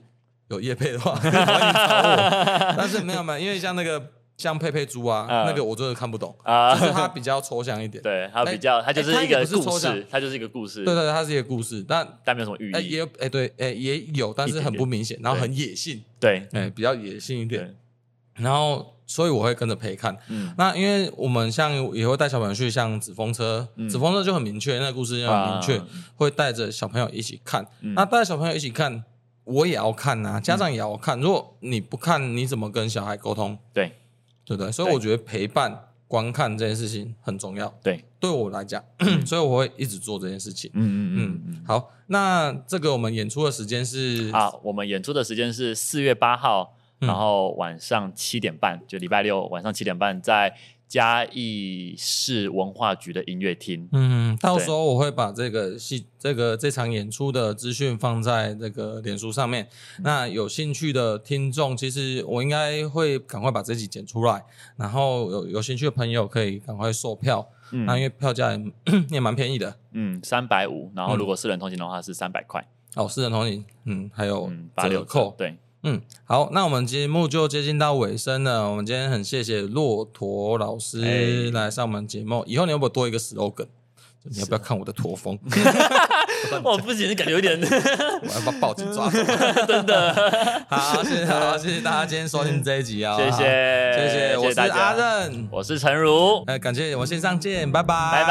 S1: 有叶配的 话，欢迎找我。但是没有没有，因为像那个像佩佩猪啊，
S2: 嗯
S1: 那个我真的看不 懂，
S2: 啊
S1: 就是它比较抽象一点。
S2: 对，它比较，它就
S1: 哎它
S2: 是一
S1: 也
S2: 个
S1: 不是抽
S2: 故
S1: 象
S2: 事，它就是一个故事，
S1: 对对，它是一个故事，但
S2: 但呃没有什么寓
S1: 哎、也
S2: 意。
S1: 有哎、对哎、也有，但
S2: 一
S1: 是
S2: 点
S1: 很不
S2: 点
S1: 明显，然后
S2: 对
S1: 很野性，
S2: 对，
S1: 哎、比较野性一点
S2: 对。，
S1: 然后所以我会跟着陪看。
S2: 嗯
S1: 那因为我们像也会带小朋友去像纸风车，
S2: 嗯
S1: 纸风车就很明确，那个故事就很明确，
S2: 啊
S1: 会带着小朋友一起看。
S2: 嗯
S1: 那带着小朋友一起看，我也要看啊，家长也要看。如果你不看，你怎么跟小孩沟通？
S2: 对
S1: 对不对？所以
S2: 对
S1: 我觉得陪伴、观看这件事情很重要。
S2: 对，
S1: 对我来讲， 所以我会一直做这件事情。
S2: 嗯嗯
S1: 嗯，好，那这个我们演出的时间是
S2: 嗯，啊，我们演出的时间是四月八号，
S1: 嗯
S2: 然后晚上七点半，就礼拜六晚上七点半在嘉义市文化局的音乐厅。
S1: 嗯，到时候我会把这个戏、这个这场演出的资讯放在这个脸书上面。
S2: 嗯
S1: 那有兴趣的听众，其实我应该会赶快把这集剪出来，然后有有兴趣的朋友可以赶快售票。那、因
S2: 嗯
S1: 为票价也 也蛮便宜的
S2: 嗯，三百五，然后如果私人通行的话是三百块，
S1: 哦，私人同行，嗯，还有
S2: 嗯，八
S1: 折
S2: 六
S1: 扣。
S2: 对，
S1: 嗯，好，那我们节目就接近到尾声了。我们今天很谢谢骆驼老师
S2: 哎
S1: 来上我们节目。以后你要不要多一个 slogan？就你要不要看我的驼峰？
S2: 我不行，感觉有 点
S1: 我要把报警抓走。
S2: 真的，
S1: 好，谢谢，好，谢谢大家今天收听这一集啊、
S2: 谢 谢，
S1: 谢谢，我是
S2: 大
S1: 阿
S2: 家，
S1: 任，哎
S2: 我是陈如，
S1: 呃，感谢，我们线上见，拜拜，
S2: 拜。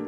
S2: 拜。